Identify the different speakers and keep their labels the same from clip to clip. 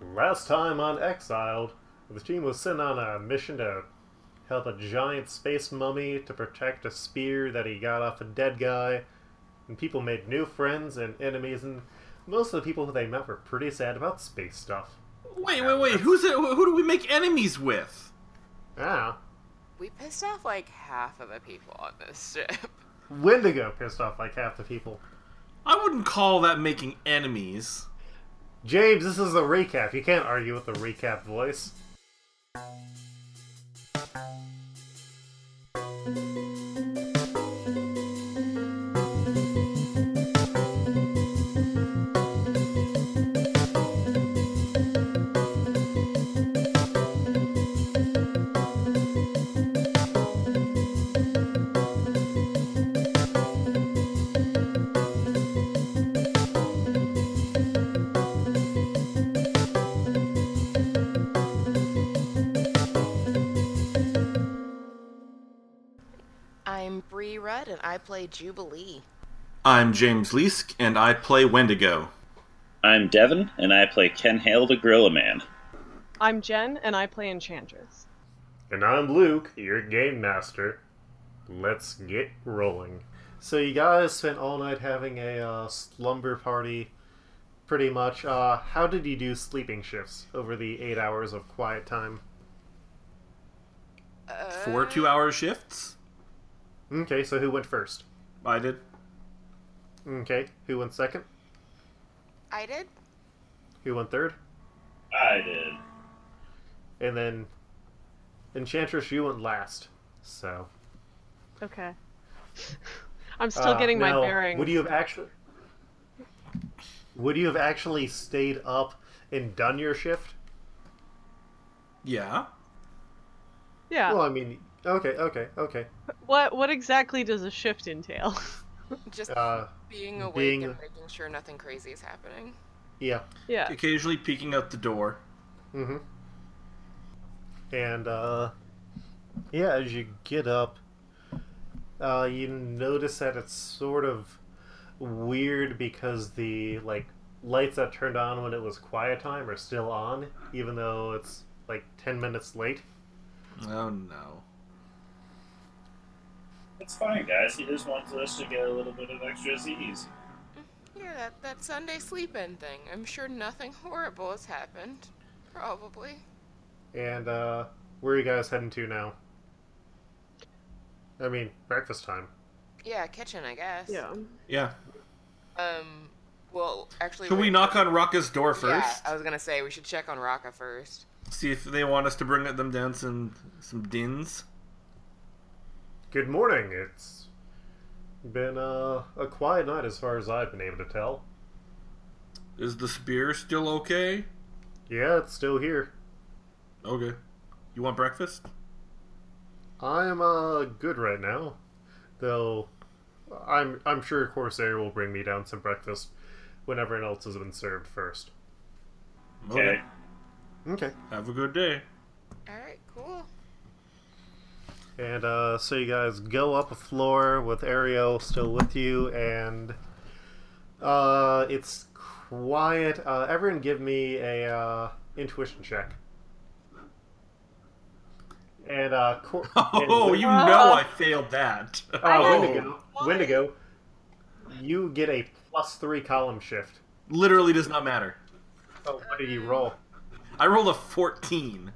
Speaker 1: Last time on Exiled, the team was sent on a mission to help a giant space mummy to protect a spear that he got off a dead guy. And people made new friends and enemies, and most of the people who they met were pretty sad about space stuff.
Speaker 2: Wait, wait, wait. Who's it? Who do we make enemies with?
Speaker 1: Ah,
Speaker 3: We pissed off like half of the people on this ship.
Speaker 1: Wendigo pissed off like half the people.
Speaker 2: I wouldn't call that making enemies.
Speaker 1: James, this is the recap. You can't argue with the recap voice.
Speaker 3: I'm Bree Rudd and I play Jubilee.
Speaker 2: I'm James Leask, and I play Wendigo.
Speaker 4: I'm Devin, and I play Ken Hale the Gorilla Man.
Speaker 5: I'm Jen, and I play Enchantress.
Speaker 1: And I'm Luke, your game master. Let's get rolling. So you guys spent all night having a uh, slumber party, pretty much. Uh, how did you do sleeping shifts over the eight hours of quiet time?
Speaker 3: Uh.
Speaker 2: Four two-hour shifts.
Speaker 1: Okay, so who went first?
Speaker 2: I did.
Speaker 1: Okay, who went second?
Speaker 3: I did.
Speaker 1: Who went third?
Speaker 4: I did.
Speaker 1: And then Enchantress, you went last. So
Speaker 5: Okay. I'm still
Speaker 1: Uh,
Speaker 5: getting my
Speaker 1: now,
Speaker 5: bearings.
Speaker 1: Would you have actually? Would you have actually stayed up and done your shift?
Speaker 2: Yeah.
Speaker 5: Yeah. Ah.
Speaker 1: Well, I mean, okay, okay, okay.
Speaker 5: what What exactly does a shift entail?
Speaker 3: Just
Speaker 1: Uh,
Speaker 3: being awake
Speaker 1: being-
Speaker 3: and making sure nothing crazy is happening.
Speaker 1: yeah.
Speaker 5: yeah.
Speaker 2: Occasionally peeking out the door.
Speaker 1: Mm-hmm. And uh, yeah, as you get up, uh, you notice that it's sort of weird because the like lights that turned on when it was quiet time are still on, even though it's like ten minutes late.
Speaker 2: Oh no.
Speaker 4: It's fine, guys. He just wants us to get a little bit of extra Z's.
Speaker 3: Yeah, that, that Sunday sleep in thing. I'm sure nothing horrible has happened. Probably.
Speaker 1: And uh, where are you guys heading to now? I mean, breakfast time.
Speaker 3: Yeah, kitchen, I guess.
Speaker 5: Yeah.
Speaker 2: Yeah.
Speaker 3: Um, well, actually.
Speaker 2: Should we
Speaker 3: wait.
Speaker 2: knock on Rocka's door
Speaker 3: Yeah, uh,
Speaker 2: first?
Speaker 3: I was gonna say we should check on Raka first.
Speaker 2: See if they want us to bring them down some some dins.
Speaker 1: Good morning. It's been uh, a quiet night as far as I've been able to tell.
Speaker 2: Is the spear still okay?
Speaker 1: Yeah, it's still here.
Speaker 2: Okay. You want breakfast?
Speaker 1: I'm uh good right now, though. I'm I'm sure Corsair will bring me down some breakfast when everyone else has been served first.
Speaker 2: Oh,
Speaker 4: Okay.
Speaker 1: Okay.
Speaker 2: Have a good day.
Speaker 3: All right, cool.
Speaker 1: And uh, so you guys go up a floor with Ariel still with you, and uh, it's quiet. Uh, everyone, give me a uh, intuition check. And uh, Cor-
Speaker 2: Oh,
Speaker 1: and-
Speaker 2: you know I failed that. Oh.
Speaker 1: uh,
Speaker 5: I-
Speaker 1: Wendigo, Wendigo, you get a plus three column shift.
Speaker 2: Literally does not matter.
Speaker 1: Oh, what did you roll?
Speaker 2: I rolled a 14.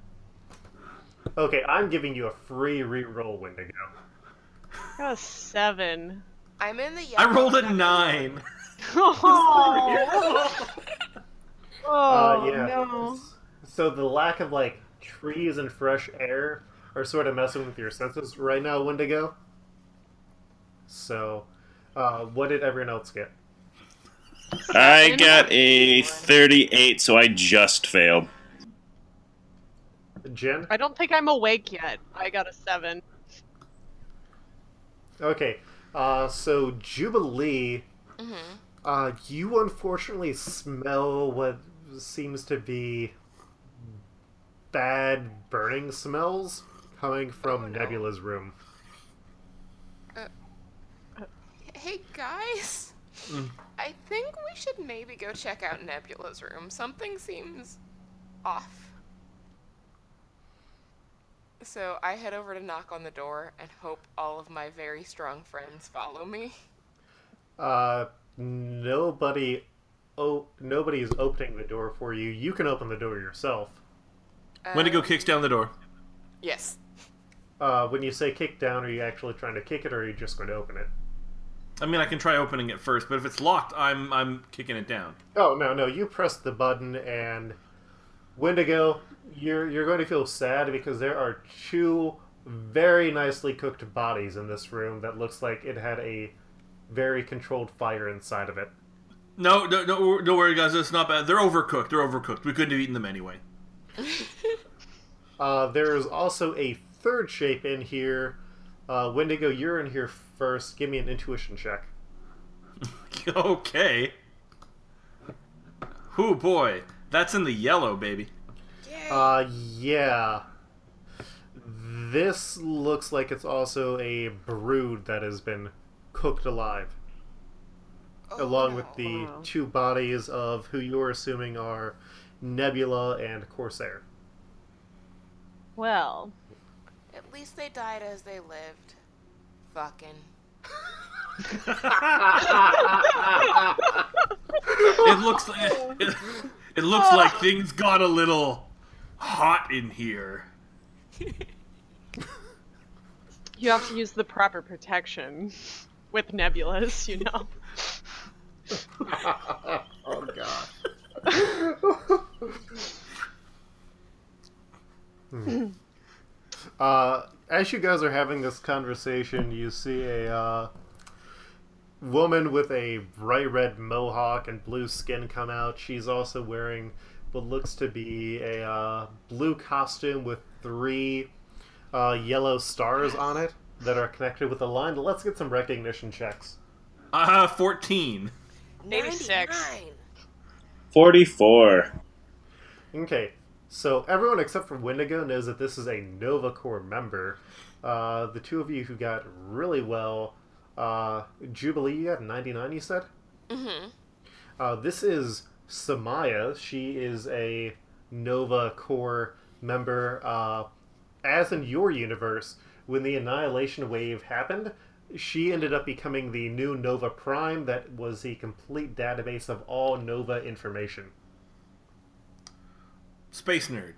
Speaker 1: Okay, I'm giving you a free re-roll, Wendigo.
Speaker 5: I got a seven.
Speaker 3: I'm in the.
Speaker 2: I
Speaker 3: yellow.
Speaker 2: rolled a 9.
Speaker 1: Uh,
Speaker 5: oh. oh
Speaker 1: Uh, yeah.
Speaker 5: no.
Speaker 1: So the lack of like trees and fresh air are sort of messing with your senses right now, Wendigo. So, uh, what did everyone else get?
Speaker 4: I got a 38, so I just failed.
Speaker 1: Jen.
Speaker 5: I don't think I'm awake yet. I got a seven.
Speaker 1: Okay. Uh, so Jubilee,
Speaker 3: Mhm.
Speaker 1: uh, you unfortunately smell what seems to be bad burning smells coming from
Speaker 3: Oh, no.
Speaker 1: Nebula's room.
Speaker 3: Hey guys,
Speaker 2: Mm.
Speaker 3: I think we should maybe go check out Nebula's room. Something seems off. So I head over to knock on the door and hope all of my very strong friends follow me.
Speaker 1: Uh, nobody, oh, nobody is opening the door for you. You can open the door yourself.
Speaker 2: Wendigo
Speaker 3: Um,
Speaker 2: kicks down the door.
Speaker 3: Yes.
Speaker 1: Uh, when you say kick down, are you actually trying to kick it, or are you just going to open it?
Speaker 2: I mean, I can try opening it first, but if it's locked, I'm I'm kicking it down.
Speaker 1: Oh no, no, you press the button, and Wendigo, you're you're going to feel sad because there are two very nicely cooked bodies in this room that looks like it had a very controlled fire inside of it.
Speaker 2: No, no, no, don't worry, guys. It's not bad. They're overcooked. They're overcooked. We couldn't have eaten them anyway.
Speaker 1: Uh, there is also a third shape in here. Uh, Wendigo, you're in here first. Give me an intuition check.
Speaker 2: okay. Oh boy, that's in the yellow, baby.
Speaker 3: Yay.
Speaker 1: Uh, yeah. This looks like it's also a brood that has been cooked alive,
Speaker 3: Oh,
Speaker 1: along with
Speaker 3: no.
Speaker 1: the
Speaker 5: Wow.
Speaker 1: two bodies of who you're assuming are Nebula and Corsair.
Speaker 5: Well,
Speaker 3: At least they died as they lived. Fucking.
Speaker 2: It looks like it, it looks like things got a little hot in here.
Speaker 5: you have to use the proper protection with nebulas, you know.
Speaker 1: Oh god. Hmm. uh, as you guys are having this conversation, you see a uh, woman with a bright red mohawk and blue skin come out. She's also wearing what looks to be a uh, blue costume with three uh, yellow stars on it that are connected with a line. Let's get some recognition checks.
Speaker 2: Uh, fourteen.
Speaker 5: 86.
Speaker 3: 99.
Speaker 4: 44.
Speaker 1: Okay, so everyone except for Wendigo knows that this is a Nova Corps member. Uh, the two of you who got really well, uh, Jubilee, you got 99, you said?
Speaker 3: Mhm.
Speaker 1: Uh, this is Samaya. She is a Nova Corps member. Uh, as in your universe, when the Annihilation Wave happened, she ended up becoming the new Nova Prime that was the complete database of all Nova information.
Speaker 2: Space nerd.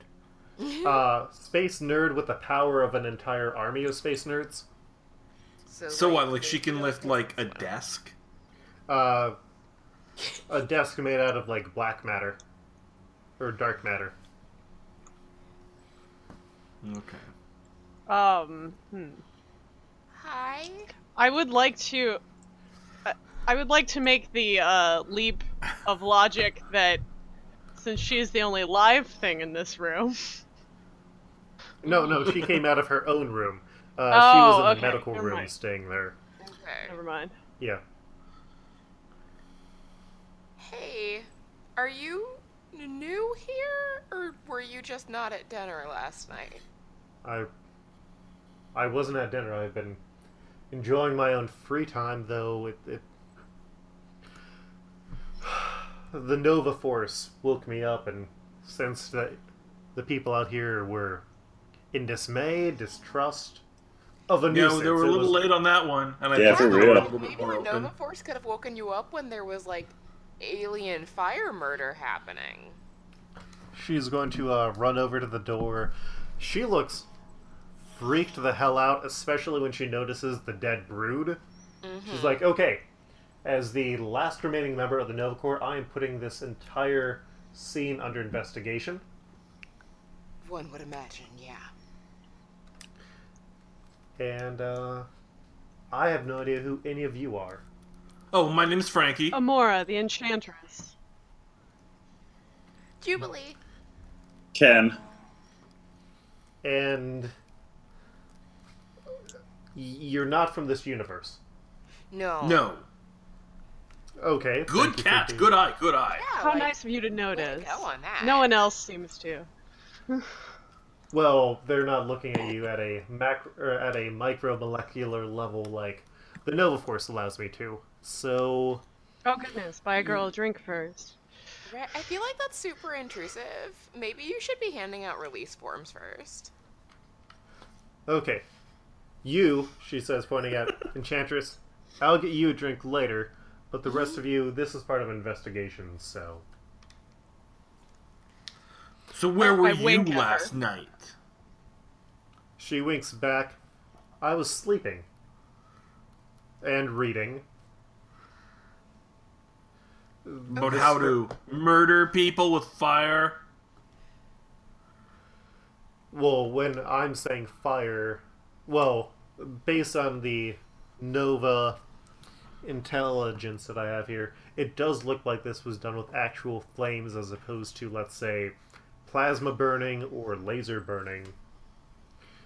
Speaker 1: uh, space nerd with the power of an entire army of space nerds.
Speaker 2: So what? Like
Speaker 3: they
Speaker 2: she can
Speaker 3: feel
Speaker 2: lift
Speaker 3: it.
Speaker 2: like a desk.
Speaker 1: Uh, a desk made out of like black matter or dark matter.
Speaker 2: Okay.
Speaker 5: Um, hmm.
Speaker 3: Hi.
Speaker 5: I would like to. I- I would like to make the uh, leap of logic that since she is the only live thing in this room,
Speaker 1: No, no, she came out of her own room. Uh, she was
Speaker 5: Oh,
Speaker 1: in
Speaker 5: okay,
Speaker 1: the medical
Speaker 5: never
Speaker 1: room,
Speaker 5: mind.
Speaker 1: staying there.
Speaker 3: Okay.
Speaker 5: never mind.
Speaker 1: Yeah.
Speaker 3: Hey, are you n- new here, or were you just not at dinner last night?
Speaker 1: I I wasn't at dinner. I've been enjoying my own free time, though. It, it the Nova Force woke me up, and since the the people out here were in dismay, distrust of a
Speaker 2: No,
Speaker 1: nuisance,
Speaker 2: they were a
Speaker 1: it
Speaker 2: little
Speaker 1: was-
Speaker 2: late on that one, and I
Speaker 4: Yeah,
Speaker 2: think they were
Speaker 3: Wow,
Speaker 4: for real.
Speaker 2: a little
Speaker 3: Maybe
Speaker 2: bit more
Speaker 3: the Nova
Speaker 2: open.
Speaker 3: Force could have woken you up when there was like alien fire murder happening.
Speaker 1: She's going to uh, run over to the door. She looks freaked the hell out, especially when she notices the dead brood. She's like, okay, as the last remaining member of the Nova Corps, I am putting this entire scene under investigation.
Speaker 3: One would imagine, yeah.
Speaker 1: And uh, I have no idea who any of you are.
Speaker 2: Oh, my name's Frankie.
Speaker 5: Amora, the enchantress.
Speaker 3: Jubilee.
Speaker 4: Ken.
Speaker 1: And y- you're not from this universe.
Speaker 3: No.
Speaker 2: No.
Speaker 1: Okay.
Speaker 2: Good
Speaker 1: thank you for
Speaker 2: catch.
Speaker 1: being-
Speaker 2: Good eye. Good eye.
Speaker 3: Yeah,
Speaker 5: How
Speaker 3: like,
Speaker 5: nice of you to notice.
Speaker 3: go on that.
Speaker 5: No one else seems to.
Speaker 1: Well, they're not looking at you at a macro or at a micromolecular level like the Nova Force allows me to. So Hmm.
Speaker 5: Oh goodness, buy a girl a drink first.
Speaker 3: Right. I feel like that's super intrusive. Maybe you should be handing out release forms first.
Speaker 1: Okay. You, she says, pointing at Enchantress, I'll get you a drink later, but the rest of you, this is part of investigation, so.
Speaker 2: So where
Speaker 5: I
Speaker 2: were you
Speaker 5: wink at her.
Speaker 2: last night?
Speaker 1: She winks back. I was sleeping. And reading.
Speaker 2: About how to murder people with fire?
Speaker 1: Well, when I'm saying fire, well, based on the Nova intelligence that I have here, it does look like this was done with actual flames as opposed to, let's say, plasma burning or laser burning.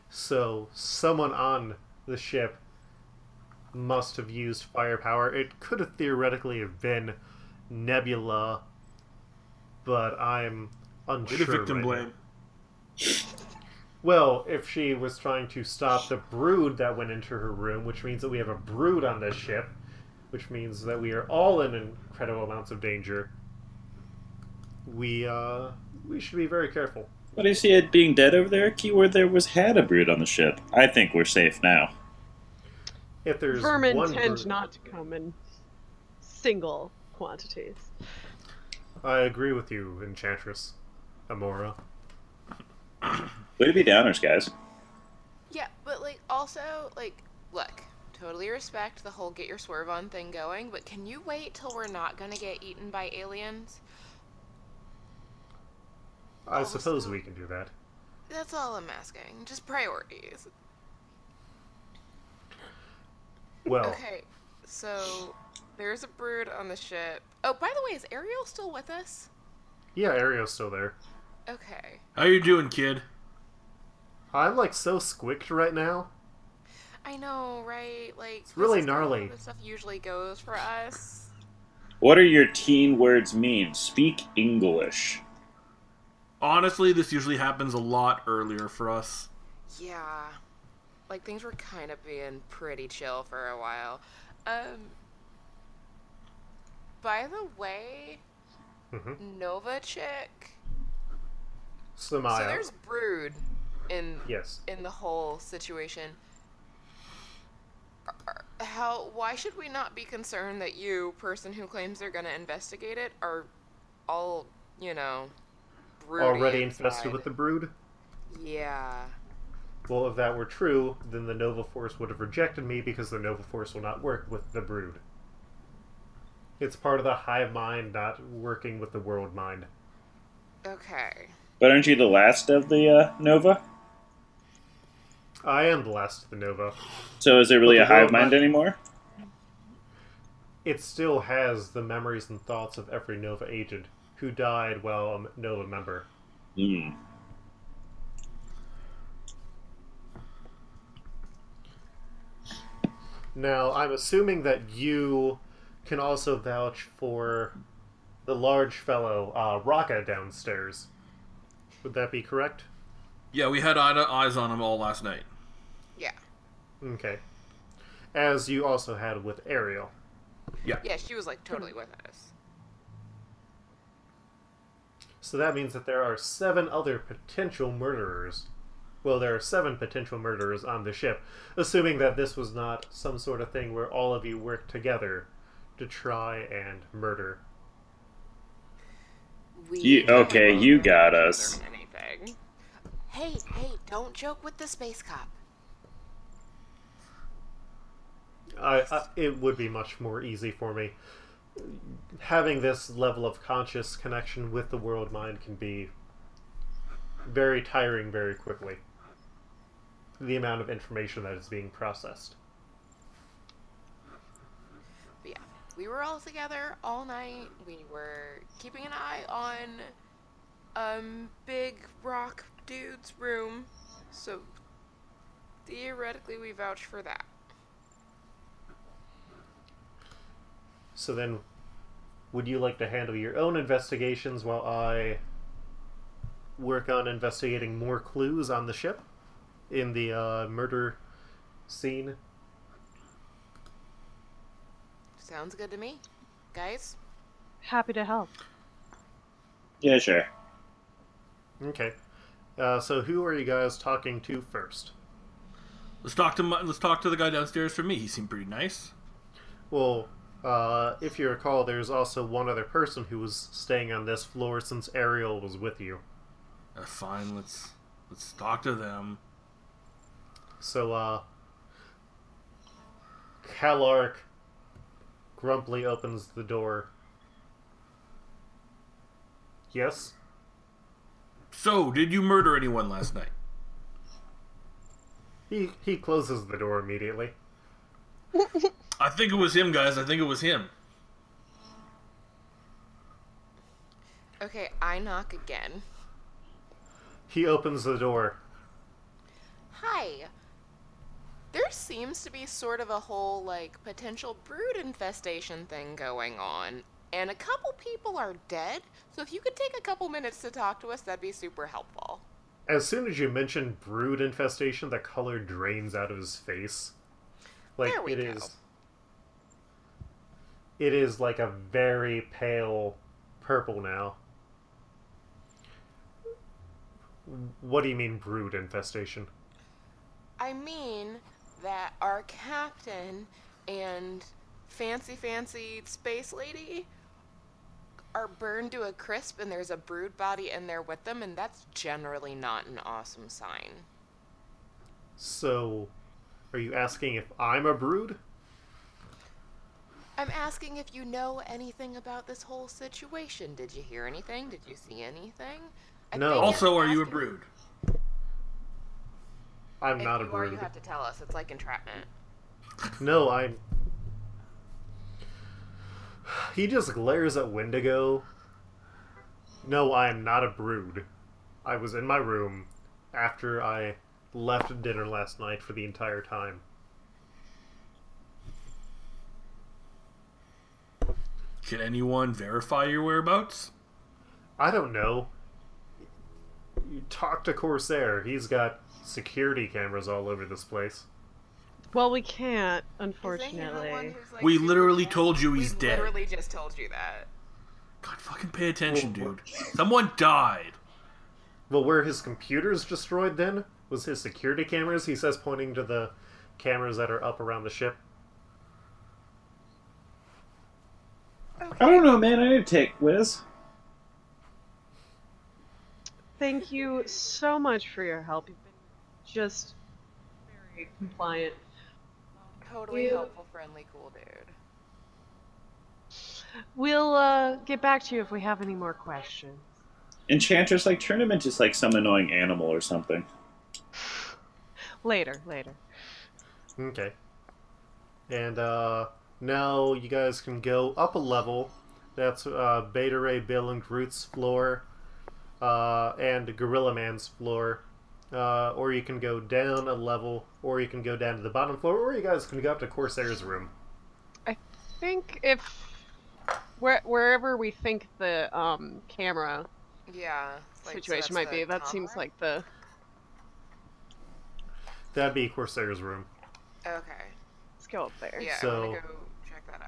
Speaker 1: So, someone on the ship must have used firepower. It could have theoretically have been Nebula, but I'm
Speaker 2: Way
Speaker 1: unsure.
Speaker 2: to victim
Speaker 1: right now.
Speaker 2: blame.
Speaker 1: Well, if she was trying to stop the brood that went into her room, which means that we have a brood on this ship, which means that we are all in incredible amounts of danger. We uh we should be very careful.
Speaker 4: What do you see it being dead over there? Keyword there was had a brood on the ship. I think we're safe now.
Speaker 1: If there's
Speaker 5: Vermin
Speaker 1: one
Speaker 5: tend
Speaker 1: brood,
Speaker 5: not to come in single quantities.
Speaker 1: I agree with you, Enchantress Amora.
Speaker 4: Way to be downers, guys.
Speaker 3: Yeah, but like also like look, totally respect the whole get your swerve on thing going, but can you wait till we're not gonna get eaten by aliens?
Speaker 1: I
Speaker 3: Also-
Speaker 1: suppose we can do that.
Speaker 3: That's all I'm asking. Just priorities.
Speaker 1: Well,
Speaker 3: Okay, so there's a brood on the ship. Oh, by the way, is Ariel still with us?
Speaker 1: yeah, Ario's still there.
Speaker 3: Okay.
Speaker 2: How you doing, kid?
Speaker 1: I'm like so squicked right now.
Speaker 3: I know, right? Like it's
Speaker 1: really gnarly.
Speaker 3: This stuff usually goes for us.
Speaker 4: What are your teen words mean? Speak English.
Speaker 2: Honestly, this usually happens a lot earlier for us.
Speaker 3: Yeah. Like things were kind of being pretty chill for a while. Um By the way,
Speaker 1: Mhm.
Speaker 3: Nova chick.
Speaker 1: Samaya.
Speaker 3: So there's brood in
Speaker 1: yes.
Speaker 3: in the whole situation. Are- How why should we not be concerned that you, person who claims they're going to investigate it, are all, you know, broody
Speaker 1: Already infested
Speaker 3: inside?
Speaker 1: with the brood?
Speaker 3: Yeah.
Speaker 1: Well, if that were true, then the Nova Force would have rejected me because the Nova Force will not work with the Brood. It's part of the hive mind not working with the world mind.
Speaker 3: Okay.
Speaker 4: But aren't you the last of the uh, Nova?
Speaker 1: I am the last of the Nova.
Speaker 4: So is there really
Speaker 1: But
Speaker 4: a
Speaker 1: the
Speaker 4: hive
Speaker 1: world
Speaker 4: mind
Speaker 1: might-
Speaker 4: anymore?
Speaker 1: It still has the memories and thoughts of every Nova agent who died while a Nova member.
Speaker 4: Hmm.
Speaker 1: Now, I'm assuming that you can also vouch for the large fellow, uh, Raka, downstairs. Would that be correct?
Speaker 2: Yeah, we had eye to eyes on him all last night.
Speaker 3: Yeah.
Speaker 1: Okay. As you also had with Ariel.
Speaker 3: Yeah, she was like
Speaker 1: Hmm.
Speaker 3: totally with us.
Speaker 1: So that means that there are seven other potential murderers. Well, there are seven potential murderers on the ship, assuming that this was not some sort of thing where all of you worked together to try and murder.
Speaker 3: We
Speaker 4: You- okay, you got us.
Speaker 3: learn Anything. Hey, hey, don't joke with the space cop.
Speaker 1: I, I, it would be much more easy for me. Having this level of conscious connection with the world mind can be very tiring very quickly. The amount of information that is being processed.
Speaker 3: But yeah, we were all together all night. We were keeping an eye on um big rock dude's room. So theoretically we vouch for that.
Speaker 1: So then, would you like to handle your own investigations while I work on investigating more clues on the ship in the uh, murder scene?
Speaker 3: Sounds good to me. Guys,
Speaker 5: Happy to help.
Speaker 4: Yeah, sure.
Speaker 1: Okay. Uh, so who are you guys talking to first?
Speaker 2: Let's talk to my, let's talk to the guy downstairs from me. He seemed pretty nice.
Speaker 1: Well, uh, if you recall, there's also one other person who was staying on this floor since Ariel was with you.
Speaker 2: Uh, fine, let's let's talk to them.
Speaker 1: So, uh, Calark grumpily opens the door. Yes?
Speaker 2: So, did you murder anyone last night?
Speaker 1: He, he closes the door immediately.
Speaker 2: I think it was him, guys. I think it was him.
Speaker 3: Okay, I knock again.
Speaker 1: He opens the door.
Speaker 3: Hi. There seems to be sort of a whole, like, potential brood infestation thing going on, and a couple people are dead, so if you could take a couple minutes to talk to us, that'd be super helpful.
Speaker 1: As soon as you mention brood infestation, the color drains out of his face. Like
Speaker 3: There we
Speaker 1: it
Speaker 3: go.
Speaker 1: is- It is like a very pale purple now. What do you mean brood infestation?
Speaker 3: I mean that our captain and fancy, fancy space lady are burned to a crisp, and there's a brood body in there with them, and that's generally not an awesome sign.
Speaker 1: So, are you asking if I'm a brood?
Speaker 3: I'm asking if you know anything about this whole situation. Did you hear anything? Did you see anything? I
Speaker 1: No.
Speaker 3: think I'm
Speaker 2: Also, are you a
Speaker 3: asking-
Speaker 2: brood?
Speaker 1: I'm
Speaker 3: If
Speaker 1: not
Speaker 3: you
Speaker 1: a
Speaker 3: are,
Speaker 1: brood.
Speaker 3: you have to tell us. It's like entrapment.
Speaker 1: No, I'm. He just glares at Wendigo. No, I am not a brood. I was in my room after I left dinner last night for the entire time.
Speaker 2: Can anyone verify your whereabouts?
Speaker 1: I don't know. You talk to Corsair. He's got security cameras all over this place.
Speaker 5: Well, we can't,
Speaker 3: Isn't he the one
Speaker 5: unfortunately.
Speaker 3: who's, like,
Speaker 2: We
Speaker 3: super
Speaker 2: literally
Speaker 3: dead?
Speaker 2: told you
Speaker 3: We
Speaker 2: he's dead.
Speaker 3: literally just told you that.
Speaker 2: God, fucking pay attention,
Speaker 1: Well,
Speaker 2: dude. Someone died.
Speaker 1: Well, were his computers destroyed then? Was his security cameras? He says, pointing to the cameras that are up around the ship.
Speaker 4: I don't know, man. I didn't take Wiz.
Speaker 5: Thank you so much for your help. You've been just very compliant.
Speaker 3: Totally
Speaker 5: You-
Speaker 3: helpful, friendly, cool dude.
Speaker 5: We'll uh, get back to you if we have any more questions.
Speaker 4: Enchantress, like, turn him into just, like some annoying animal or something.
Speaker 5: Later, later.
Speaker 1: Okay. And uh, now you guys can go up a level. That's uh, Beta Ray Bill and Groot's floor, uh, and Gorilla Man's floor. Uh, or you can go down a level, or you can go down to the bottom floor, or you guys can go up to Corsair's room.
Speaker 5: I think if where, wherever we think the um, camera
Speaker 3: Yeah. like, so that's
Speaker 5: situation might be,
Speaker 3: the
Speaker 5: that seems
Speaker 3: comma?
Speaker 5: like the
Speaker 1: That'd be Corsair's room.
Speaker 3: Okay.
Speaker 5: let's go up there.
Speaker 3: Yeah, I'm
Speaker 1: So-
Speaker 3: gonna go check that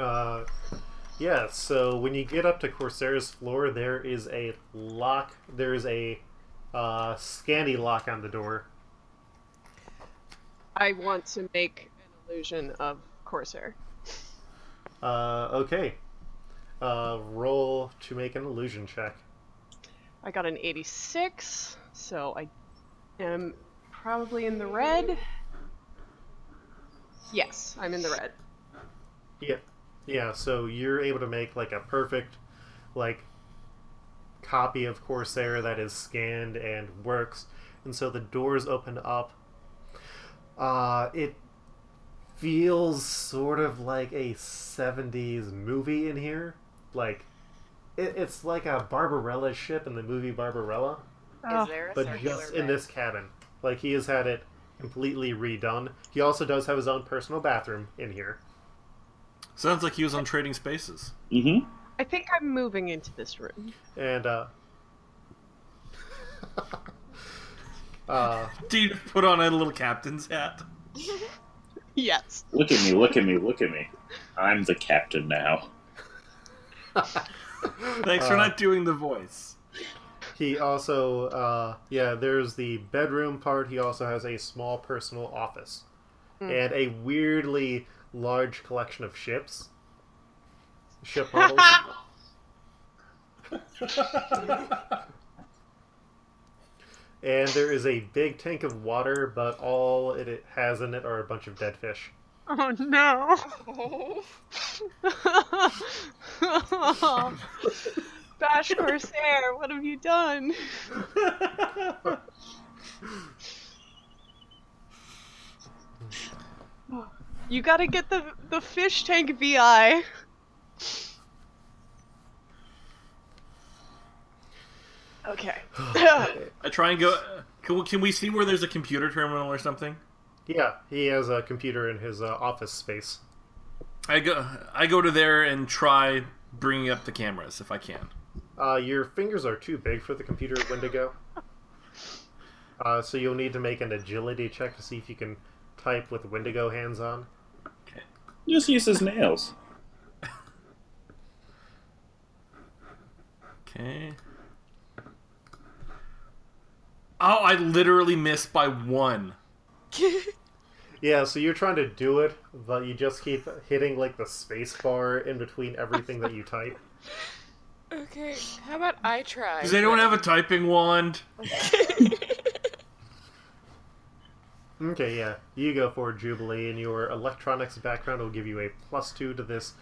Speaker 3: out.
Speaker 1: Uh, yeah, so when you get up to Corsair's floor, there is a lock. There is a uh, scandy lock on the door.
Speaker 5: I want to make an illusion of Corsair.
Speaker 1: Uh, okay. Uh, roll to make an illusion check.
Speaker 5: I got an 86, so I am probably in the red. Yes, I'm in the red.
Speaker 1: Yeah. Yeah, so you're able to make like a perfect like copy of Corsair that is scanned and works. And so the doors open up. Uh it feels sort of like a 70s movie in here. Like it, it's like a Barbarella ship in the movie Barbarella.
Speaker 5: Oh.
Speaker 3: Is there a
Speaker 1: but
Speaker 3: circular
Speaker 1: just in
Speaker 3: bed?
Speaker 1: this cabin. Like he has had it completely redone. He also does have his own personal bathroom in here.
Speaker 2: Sounds like he was on Trading Spaces.
Speaker 4: Mm-hmm.
Speaker 5: I think I'm moving into this room.
Speaker 1: And uh uh
Speaker 2: Dude, put on a little captain's hat.
Speaker 5: Yes.
Speaker 4: Look at me, look at me, look at me. I'm the captain now.
Speaker 2: Thanks for
Speaker 1: Uh,
Speaker 2: not doing the voice.
Speaker 1: He also, uh, yeah, there's the bedroom part. He also has a small personal office and a weirdly large collection of ships. Ship models. and there is a big tank of water, but all it- it has in it are a bunch of dead fish.
Speaker 5: Oh no.
Speaker 3: Oh.
Speaker 5: Bash Corsair, what have you done? You gotta get the the fish tank VI. Okay.
Speaker 2: I try and go. uh, Can we, can we see where there's a computer terminal or something?
Speaker 1: Yeah, he has a computer in his uh, office space.
Speaker 2: I go. I go to there and try bringing up the cameras if I can.
Speaker 1: Uh, your fingers are too big for the computer Wendigo. Uh, so you'll need to make an agility check to see if you can type with Wendigo hands on.
Speaker 4: Just use his nails.
Speaker 2: Okay. Oh, I literally missed by one.
Speaker 1: Yeah, so you're trying to do it, but you just keep hitting like the space bar in between everything that you type.
Speaker 3: okay, how about I try?
Speaker 2: Does anyone have a typing wand?
Speaker 1: Okay, yeah, you go for it, Jubilee, and your electronics background will give you a plus two to this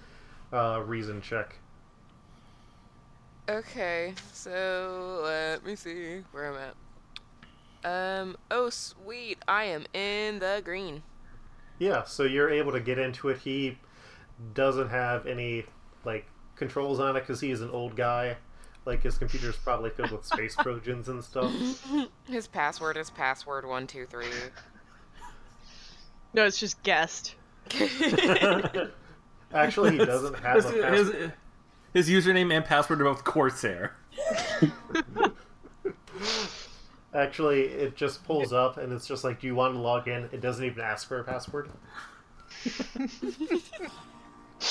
Speaker 1: uh, reason check.
Speaker 3: Okay, so let me see where I'm at. Um, oh sweet, I am in the green.
Speaker 1: Yeah, so you're able to get into it. He doesn't have any like controls on it because he's an old guy. Like his computer's probably filled with space trojans and stuff.
Speaker 3: His password is password one two three.
Speaker 5: No, it's just guessed.
Speaker 1: Actually, he doesn't have a
Speaker 2: His,
Speaker 1: password.
Speaker 2: his username and password are both Corsair.
Speaker 1: Actually, it just pulls up and it's just like, do you want to log in? It doesn't even ask for a password.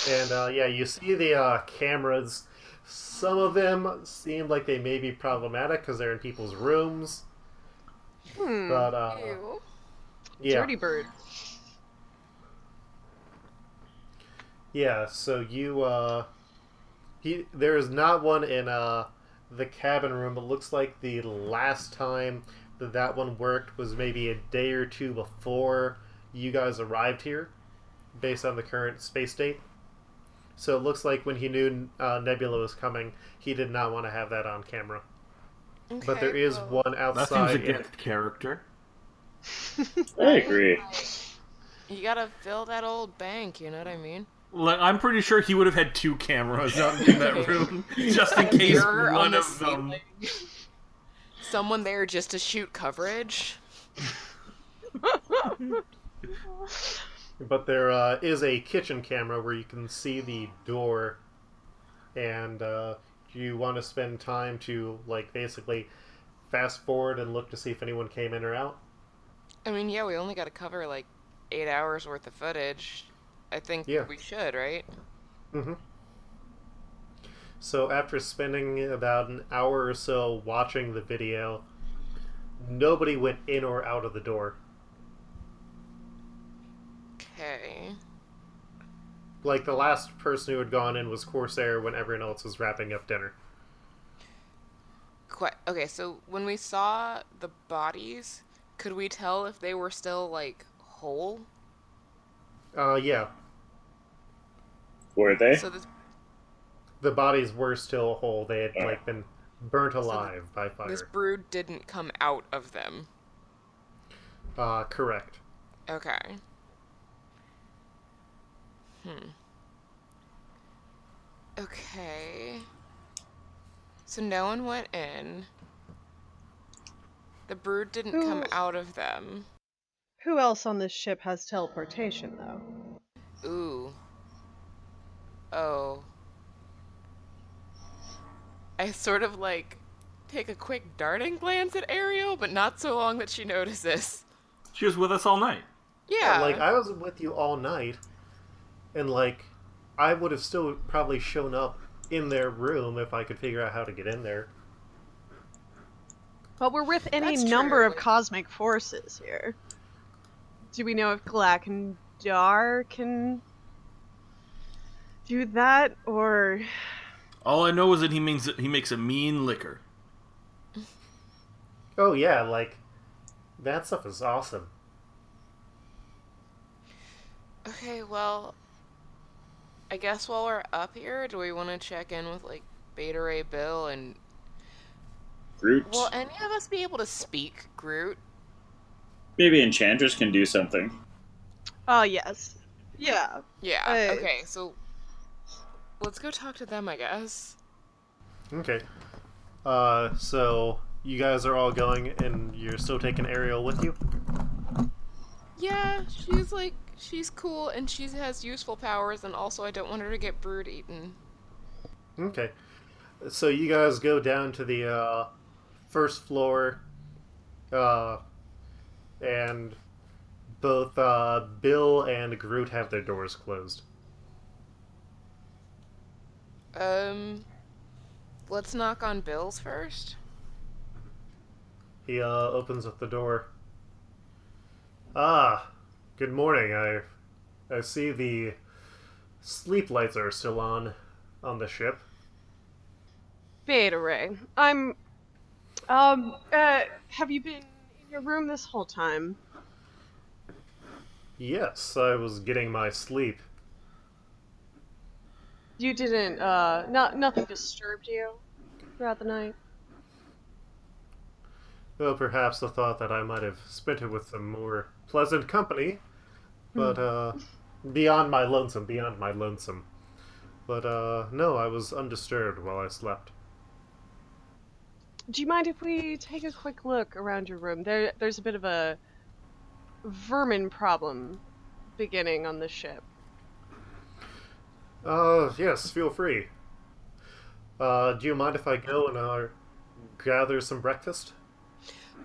Speaker 1: and uh, yeah, you see the uh, cameras. Some of them seem like they may be problematic because they're in people's rooms. But uh,
Speaker 3: Ew.
Speaker 1: yeah,
Speaker 5: Dirty bird.
Speaker 1: Yeah, so you uh he there is not one in uh the cabin room. It looks like the last time that that one worked was maybe a day or two before you guys arrived here based on the current space date. So it looks like when he knew uh, Nebula was coming, he did not want to have that on camera. But there
Speaker 3: Okay,
Speaker 1: is
Speaker 3: well,
Speaker 1: one outside. in-
Speaker 2: character.
Speaker 4: I agree.
Speaker 3: You gotta fill that old bank. You know what I mean?
Speaker 2: Like, I'm pretty sure he would have had two cameras out in that room, just in case
Speaker 3: Mirror on
Speaker 2: one
Speaker 3: the
Speaker 2: of them.
Speaker 3: ceiling. Someone there just to shoot coverage.
Speaker 1: But there uh, is a kitchen camera where you can see the door, and uh, you want to spend time to like basically fast forward and look to see if anyone came in or out.
Speaker 3: I mean, yeah, we only gotta cover like eight hours worth of footage. I think
Speaker 1: Yeah.
Speaker 3: we should, right?
Speaker 1: Mm-hmm. So after spending about an hour or so watching the video, nobody went in or out of the door.
Speaker 3: Okay.
Speaker 1: Like the last person who had gone in was Corsair when everyone else was wrapping up dinner.
Speaker 3: Quite. Okay, so when we saw the bodies, could we tell if they were still like whole?
Speaker 1: Uh, yeah,
Speaker 4: Were they?
Speaker 3: So this,
Speaker 1: the bodies were still whole. They had
Speaker 4: Yeah.
Speaker 1: like been burnt alive by fire.
Speaker 3: this brood didn't come out of them.
Speaker 1: Uh, correct.
Speaker 3: Okay. Hmm. Okay. So no one went in. The brood didn't come
Speaker 5: Who-
Speaker 3: out of them.
Speaker 5: Who else on this ship has teleportation though?
Speaker 3: Ooh. Oh. I sort of like take a quick darting glance at Ariel, but not so long that she notices.
Speaker 2: She was with us all night.
Speaker 3: Yeah.
Speaker 1: Like I was with you all night, and like I would have still probably shown up in their room if I could figure out how to get in there.
Speaker 5: But we're with any
Speaker 3: That's
Speaker 5: number
Speaker 3: true.
Speaker 5: of cosmic forces here. Do we know if Galak and Dar can do that, or
Speaker 2: All I know is that he means he makes a mean liquor.
Speaker 1: Oh yeah, like that stuff is awesome.
Speaker 3: Okay, well, I guess while we're up here, do we want to check in with like Beta Ray Bill and
Speaker 4: Groot.
Speaker 3: will any of us be able to speak Groot?
Speaker 4: Maybe Enchantress can do something.
Speaker 5: oh yes, yeah,
Speaker 3: Yeah.
Speaker 5: Uh,
Speaker 3: okay, so let's go talk to them, I guess.
Speaker 1: Okay. Uh, so you guys are all going, and you're still taking Ariel with you.
Speaker 3: Yeah, she's like she's cool and she has useful powers and also I don't want her to get brood eaten.
Speaker 1: Okay. So you guys go down to the uh, first floor, uh, and both uh, Bill and Groot have their doors closed.
Speaker 3: Um let's knock on Bill's first.
Speaker 1: He uh, opens up the door. Ah, good morning. I, I see the sleep lights are still on, on the ship.
Speaker 5: Beta Ray. I'm. Um. Uh. Have you been in your room this whole time?
Speaker 1: Yes, I was getting my sleep.
Speaker 5: You didn't. Uh. Not. Nothing disturbed you throughout the night.
Speaker 1: Though perhaps the thought that I might have spent it with some more pleasant company, but uh, beyond my lonesome, beyond my lonesome. But uh, no, I was undisturbed while I slept.
Speaker 5: Do you mind if we take a quick look around your room? There. There's a bit of a vermin problem beginning on the ship.
Speaker 1: Uh, yes, feel free. Uh, do you mind if I go and uh, gather some breakfast?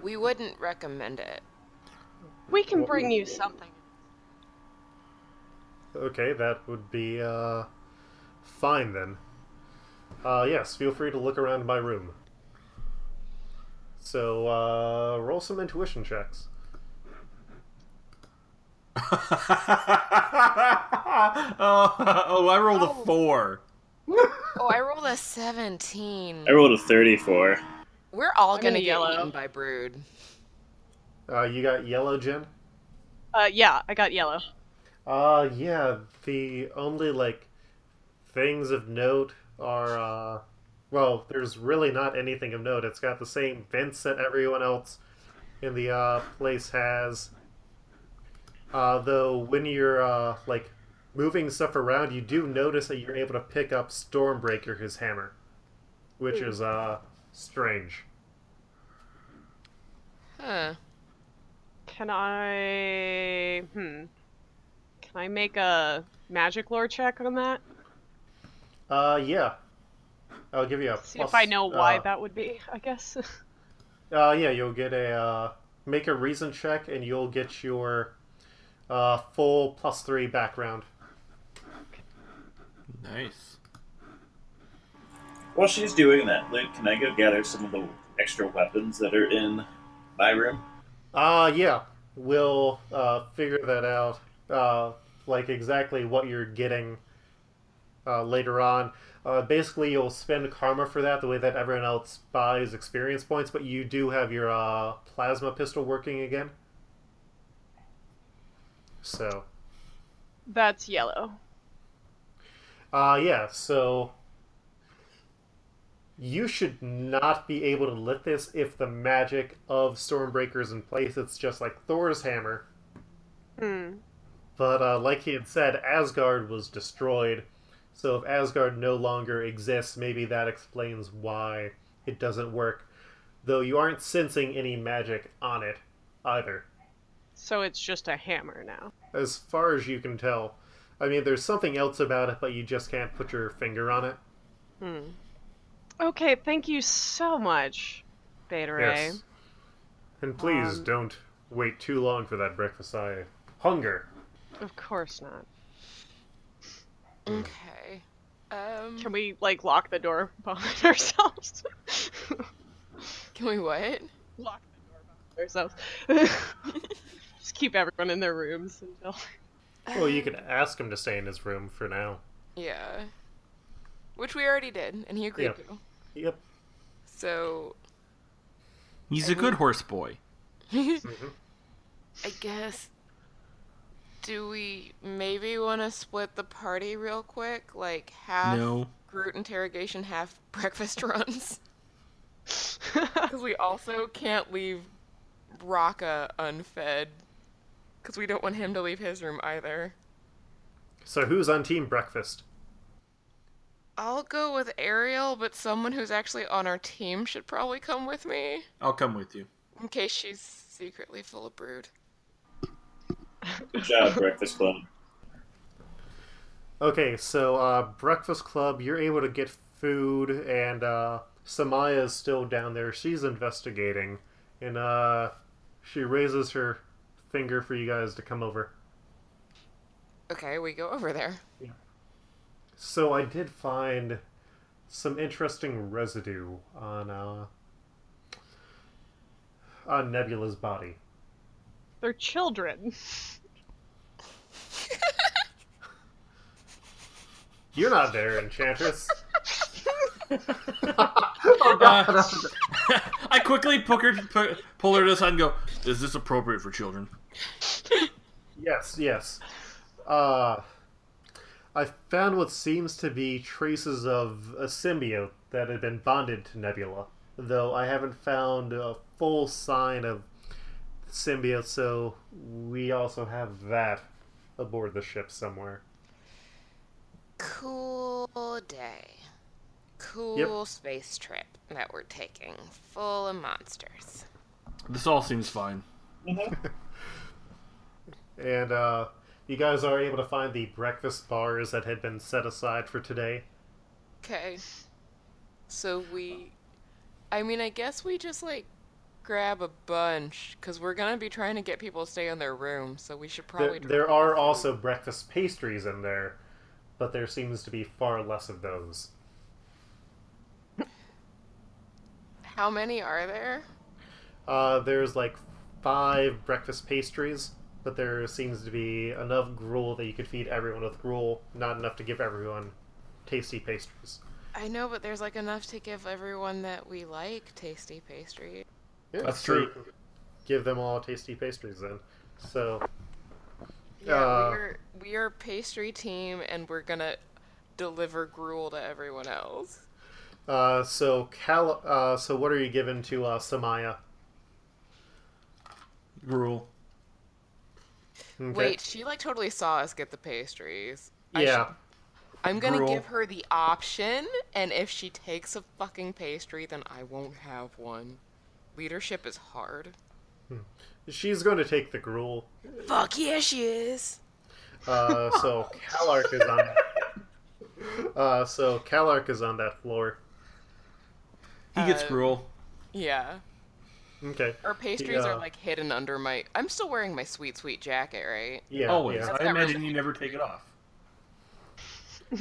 Speaker 3: We wouldn't recommend it.
Speaker 5: We can bring you something.
Speaker 1: Okay, that would be uh, fine then. Uh, yes, feel free to look around my room. So, uh, roll some intuition checks.
Speaker 2: oh, oh, I rolled a four.
Speaker 3: Oh, I rolled a 17.
Speaker 4: I rolled a 34.
Speaker 3: We're all going
Speaker 5: I'm gonna
Speaker 3: to get
Speaker 5: yellow.
Speaker 3: eaten by brood.
Speaker 1: Uh, you got yellow, Jen?
Speaker 5: Uh. Yeah. I got yellow.
Speaker 1: Uh, yeah, the only, like, things of note are, uh, well, there's really not anything of note. It's got the same vents that everyone else in the, uh, place has. Uh, though when you're, uh, like, moving stuff around, you do notice that you're able to pick up Stormbreaker, his hammer, which
Speaker 5: Hmm.
Speaker 1: is, uh, strange.
Speaker 3: Huh.
Speaker 5: Can I? Hmm. Can I make a magic lore check on that?
Speaker 1: Uh, yeah. I'll give you a
Speaker 5: See
Speaker 1: plus,
Speaker 5: if I know why
Speaker 1: uh,
Speaker 5: that would be. I guess.
Speaker 1: Uh, yeah, you'll get a uh, make a reason check, and you'll get your uh, full plus three background.
Speaker 2: Nice.
Speaker 4: While she's doing that, Luke, can I go gather some of the extra weapons that are in my room?
Speaker 1: Uh, yeah, we'll uh, figure that out. Uh, like exactly what you're getting uh, later on. Uh, basically, you'll spend karma for that, the way that everyone else buys experience points, but you do have your uh, plasma pistol working again. So,
Speaker 5: That's yellow.
Speaker 1: Uh, yeah, so you should not be able to lit this if the magic of Stormbreaker is in place. It's just like Thor's hammer.
Speaker 5: Hmm.
Speaker 1: But uh, like he had said, Asgard was destroyed. So if Asgard no longer exists, maybe that explains why it doesn't work. Though you aren't sensing any magic on it either.
Speaker 5: So it's just a hammer now.
Speaker 1: As far as you can tell. I mean, there's something else about it, but you just can't put your finger on it.
Speaker 5: Hmm. Okay, thank you so much, Beta Ray.
Speaker 1: Yes. And please
Speaker 5: Um,
Speaker 1: don't wait too long for that breakfast. I hunger.
Speaker 5: Of course not.
Speaker 3: Okay. Um,
Speaker 5: Can we like lock the door behind ourselves?
Speaker 3: Can we what?
Speaker 5: lock the door behind ourselves. Just keep everyone in their rooms until.
Speaker 1: Well, you could ask him to stay in his room for now.
Speaker 3: Yeah. Which we already did, and he agreed
Speaker 1: Yeah.
Speaker 3: to.
Speaker 1: Yep.
Speaker 3: So,
Speaker 2: He's a good horse boy.
Speaker 1: Mm-hmm.
Speaker 3: I guess. Do we maybe want to split the party real quick? Like half
Speaker 2: No.
Speaker 3: Groot interrogation, half breakfast runs? Because we also can't leave Raka unfed. Because we don't want him to leave his room either.
Speaker 1: So who's on team breakfast?
Speaker 3: I'll go with Ariel, but someone who's actually on our team should probably come with me.
Speaker 2: I'll come with you.
Speaker 3: In case she's secretly full of brood.
Speaker 4: Good job, Breakfast Club.
Speaker 1: Okay, so uh, Breakfast Club, you're able to get food, and uh, Samaya's still down there. She's investigating, and uh, she raises her finger for you guys to come over.
Speaker 3: Okay, we go over there.
Speaker 1: So I did find some interesting residue on uh, on Nebula's body.
Speaker 5: They're children.
Speaker 1: You're not there, Enchantress.
Speaker 2: Uh, I quickly poke her, pu- pull her to the side and go, Is this appropriate for children?
Speaker 1: Yes, yes. Uh, I found what seems to be traces of a symbiote that had been bonded to Nebula, though I haven't found a full sign of symbiote, so we also have that aboard the ship somewhere.
Speaker 3: Cool day. Cool space trip that we're taking, full of monsters.
Speaker 2: This all seems fine.
Speaker 1: And uh, you guys are able to find the breakfast bars that had been set aside for today.
Speaker 3: Okay. So we. I mean, I guess we just, like, grab a bunch, because we're going to be trying to get people to stay in their room, so we should
Speaker 1: There,
Speaker 3: probably.
Speaker 1: there are also breakfast pastries in there, but there seems to be far less of those.
Speaker 3: How many are there?
Speaker 1: Uh, there's like five breakfast pastries, but there seems to be enough gruel that you could feed everyone with gruel, not enough to give everyone tasty pastries.
Speaker 3: I know, but there's, like, enough to give everyone that we like tasty pastry.
Speaker 1: Yeah,
Speaker 2: That's
Speaker 1: so you
Speaker 2: true.
Speaker 1: can Give them all tasty pastries then. So,
Speaker 3: Yeah,
Speaker 1: Uh,
Speaker 3: we're we are pastry team, and we're gonna deliver gruel to everyone else.
Speaker 1: uh, so Cal, uh, so what are you giving to uh, Samaya?
Speaker 2: Rule.
Speaker 1: Okay.
Speaker 3: Wait, she like totally saw us get the pastries. I
Speaker 1: Yeah.
Speaker 3: should- I'm gonna
Speaker 2: Gruel.
Speaker 3: give her the option, and if she takes a fucking pastry, then I won't have one. Leadership is hard.
Speaker 1: She's going to take the gruel.
Speaker 3: Fuck yeah, she is.
Speaker 1: Uh, so Calark is on. Uh, so Calark is on that floor.
Speaker 2: He gets
Speaker 3: Uh,
Speaker 2: gruel.
Speaker 3: Yeah,
Speaker 1: Okay.
Speaker 3: our pastries
Speaker 1: Yeah.
Speaker 3: are like hidden under my. I'm still wearing my sweet sweet jacket, right?
Speaker 1: Yeah.
Speaker 2: Always.
Speaker 1: yeah.
Speaker 3: That's
Speaker 2: I
Speaker 3: not
Speaker 2: imagine
Speaker 3: really-
Speaker 2: you never take it off.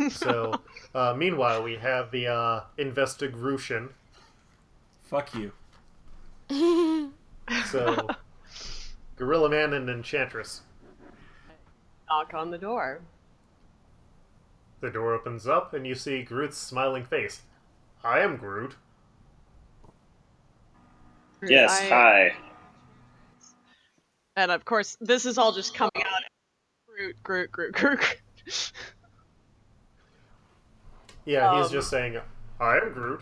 Speaker 1: So, uh, meanwhile, we have the uh, investigation.
Speaker 2: Fuck you.
Speaker 1: So, Gorilla Man and Enchantress.
Speaker 5: Knock on the door.
Speaker 1: The door opens up, and you see Groot's smiling face. I am Groot.
Speaker 4: Yes,
Speaker 5: I-
Speaker 4: hi.
Speaker 5: And of course, this is all just coming out. Groot, Groot, Groot, Groot. Groot.
Speaker 1: Yeah, he's
Speaker 5: Um.
Speaker 1: just saying, I am Groot.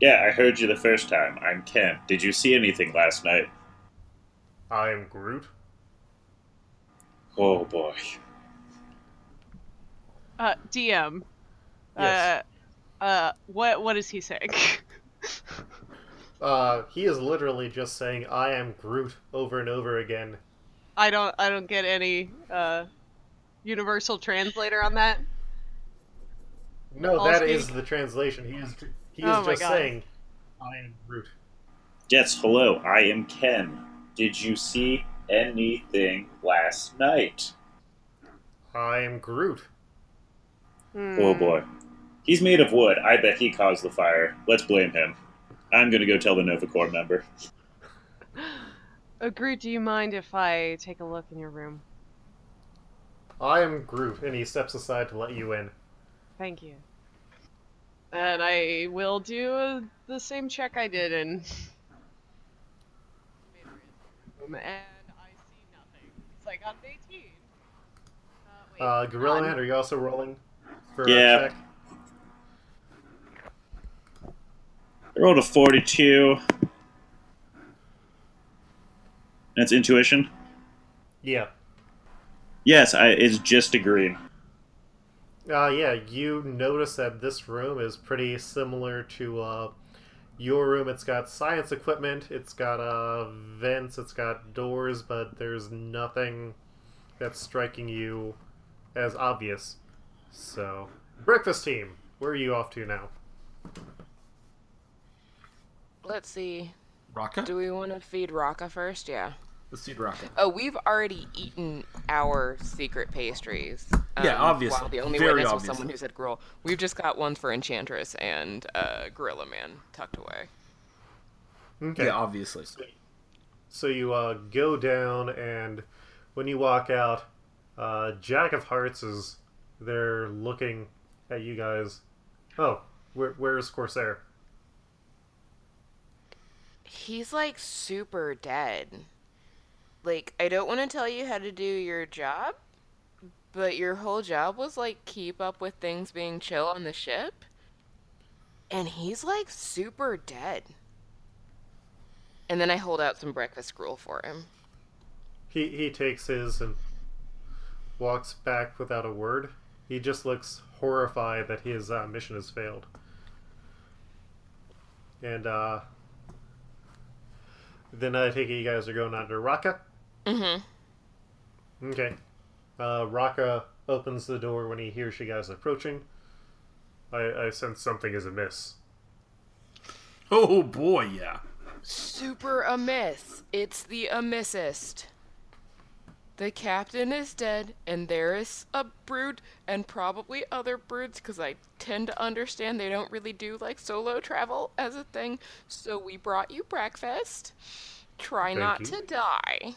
Speaker 4: Yeah, I heard you the first time. I'm Ken. Did you see anything last night?
Speaker 1: I am Groot.
Speaker 4: Oh boy.
Speaker 5: Uh, DM.
Speaker 1: Yes.
Speaker 5: Uh, uh, what what is he saying?
Speaker 1: Uh, he is literally just saying, I am Groot over and over again.
Speaker 5: I don't I don't get any uh, universal translator on that.
Speaker 1: No,
Speaker 5: All
Speaker 1: that
Speaker 5: speak-
Speaker 1: is the translation. He is, he is
Speaker 5: Oh my
Speaker 1: just
Speaker 5: God.
Speaker 1: saying, I am Groot.
Speaker 4: Yes, hello. I am Ken. Did you see anything last night?
Speaker 1: I am Groot.
Speaker 5: Hmm.
Speaker 1: Hmm.
Speaker 4: Oh boy. He's made of wood. I bet he caused the fire. Let's blame him. I'm gonna go tell the Nova Corps member.
Speaker 5: Oh, Groot, do you mind if I take a look in your room?
Speaker 1: I am Groot, and he steps aside to let you in.
Speaker 5: Thank you. And I will do uh, the same check I did in. And I see nothing. Because I got an 18. Uh, wait,
Speaker 1: Uh, Gorilla
Speaker 5: none.
Speaker 1: Man, are you also rolling for
Speaker 4: Yeah.
Speaker 1: a check?
Speaker 4: I rolled a 42. That's intuition.
Speaker 1: Yeah.
Speaker 4: Yes, I, it's just a green.
Speaker 1: Uh, yeah, you notice that this room is pretty similar to uh, your room. It's got science equipment, it's got uh, vents, it's got doors, but there's nothing that's striking you as obvious. So, breakfast team, where are you off to now?
Speaker 3: Let's see.
Speaker 2: Raka?
Speaker 3: Do we want to feed Raka first? Yeah.
Speaker 2: Let's see Raka.
Speaker 3: Oh, we've already eaten our secret pastries.
Speaker 2: Yeah, obviously.
Speaker 3: Wow, the only
Speaker 2: Very
Speaker 3: witness
Speaker 2: obviously.
Speaker 3: was someone who said grill. We've just got one for Enchantress and uh, Gorilla Man tucked away.
Speaker 1: Okay.
Speaker 2: Yeah, obviously.
Speaker 1: So you uh, go down, and when you walk out, uh, Jack of Hearts is there looking at you guys. Oh, where, where's Corsair?
Speaker 3: He's like super dead. Like, I don't want to tell you how to do your job, but your whole job was like keep up with things being chill on the ship. And he's like super dead. And then I hold out some breakfast gruel for him.
Speaker 1: He he takes his and walks back without a word. He just looks horrified that his uh, mission has failed. And uh, then I take it you guys are going on to Raka.
Speaker 3: Mm-hmm.
Speaker 1: Okay. Uh, Raka opens the door when he hears you guys approaching. I, I sense something is amiss.
Speaker 2: Oh boy, yeah.
Speaker 3: Super amiss. It's the amissest. The captain is dead, and there is a brood, and probably other broods, because I tend to understand they don't really do like solo travel as a thing. So we brought you breakfast. Try
Speaker 1: Thank
Speaker 3: not
Speaker 1: you.
Speaker 3: to die.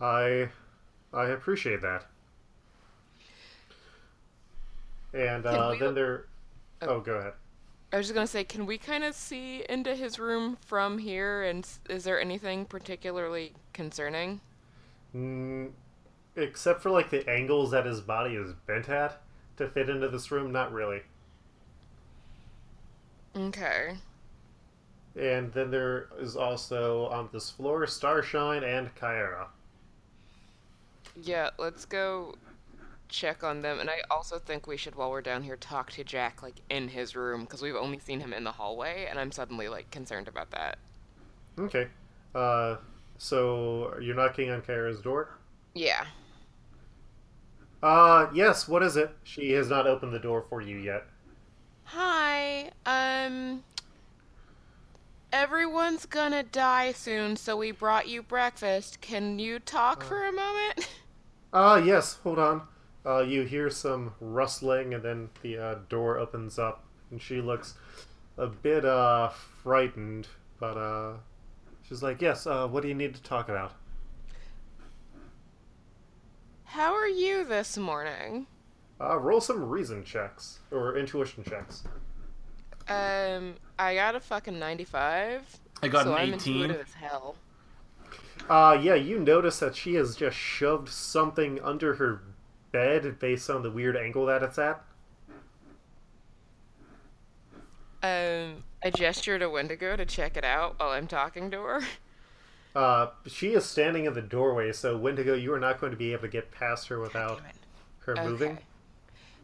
Speaker 1: I I appreciate that. And
Speaker 3: Can
Speaker 1: uh,
Speaker 3: we-
Speaker 1: then there. Oh, go ahead.
Speaker 3: I was just gonna say, can we kind of see into his room from here? And s- is there anything particularly concerning?
Speaker 1: Mm, except for like the angles that his body is bent at to fit into this room, not really.
Speaker 3: Okay.
Speaker 1: And then there is also on this floor Starshine and Kyra.
Speaker 3: Yeah, let's go check on them. And I also think we should, while we're down here, talk to Jack, like, in his room, because we've only seen him in the hallway, and I'm suddenly, like, concerned about that.
Speaker 1: Okay. Uh, so you're knocking on Kyra's door.
Speaker 3: Yeah.
Speaker 1: Uh, yes. What is it? She has not opened the door for you yet.
Speaker 3: Hi. Um. Everyone's gonna die soon, so we brought you breakfast. Can you talk for a moment?
Speaker 1: Ah, yes. Hold on. Uh, you hear some rustling, and then the uh, door opens up, and she looks a bit uh frightened, but uh, she's like, "Yes. Uh, what do you need to talk about?"
Speaker 3: How are you this morning?
Speaker 1: Uh, roll some reason checks or intuition checks.
Speaker 3: Um, I got a fucking 95.
Speaker 2: I got
Speaker 3: so
Speaker 2: an 18.
Speaker 3: I'm intuitive as hell.
Speaker 1: Uh, yeah, you notice that she has just shoved something under her bed based on the weird angle that it's at.
Speaker 3: Um, I gesture to Wendigo to check it out while I'm talking to her.
Speaker 1: Uh, she is standing in the doorway, so Wendigo, you are not going to be able to get past her
Speaker 2: Oh.
Speaker 1: without her moving.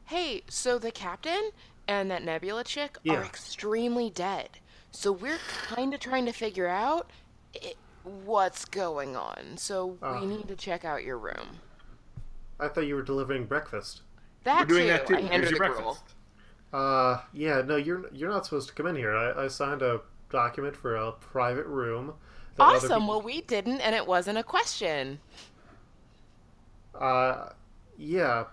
Speaker 3: Hey, so the captain and that Nebula chick
Speaker 1: Yeah.
Speaker 3: are extremely dead. So we're kind of trying to figure out i what's going on. So
Speaker 1: Ah.
Speaker 2: Oh.
Speaker 3: we need to check out your room.
Speaker 1: I thought you were delivering breakfast.
Speaker 3: That
Speaker 2: We're doing that too.
Speaker 3: I hand her
Speaker 2: Here's your
Speaker 3: the gruel.
Speaker 2: breakfast.
Speaker 1: Uh, yeah, no, you're you're not supposed to come in here. I, I signed a document for a private room. that other
Speaker 3: Awesome.
Speaker 1: peop-
Speaker 3: Well, we didn't, and it wasn't a question.
Speaker 1: uh, yeah.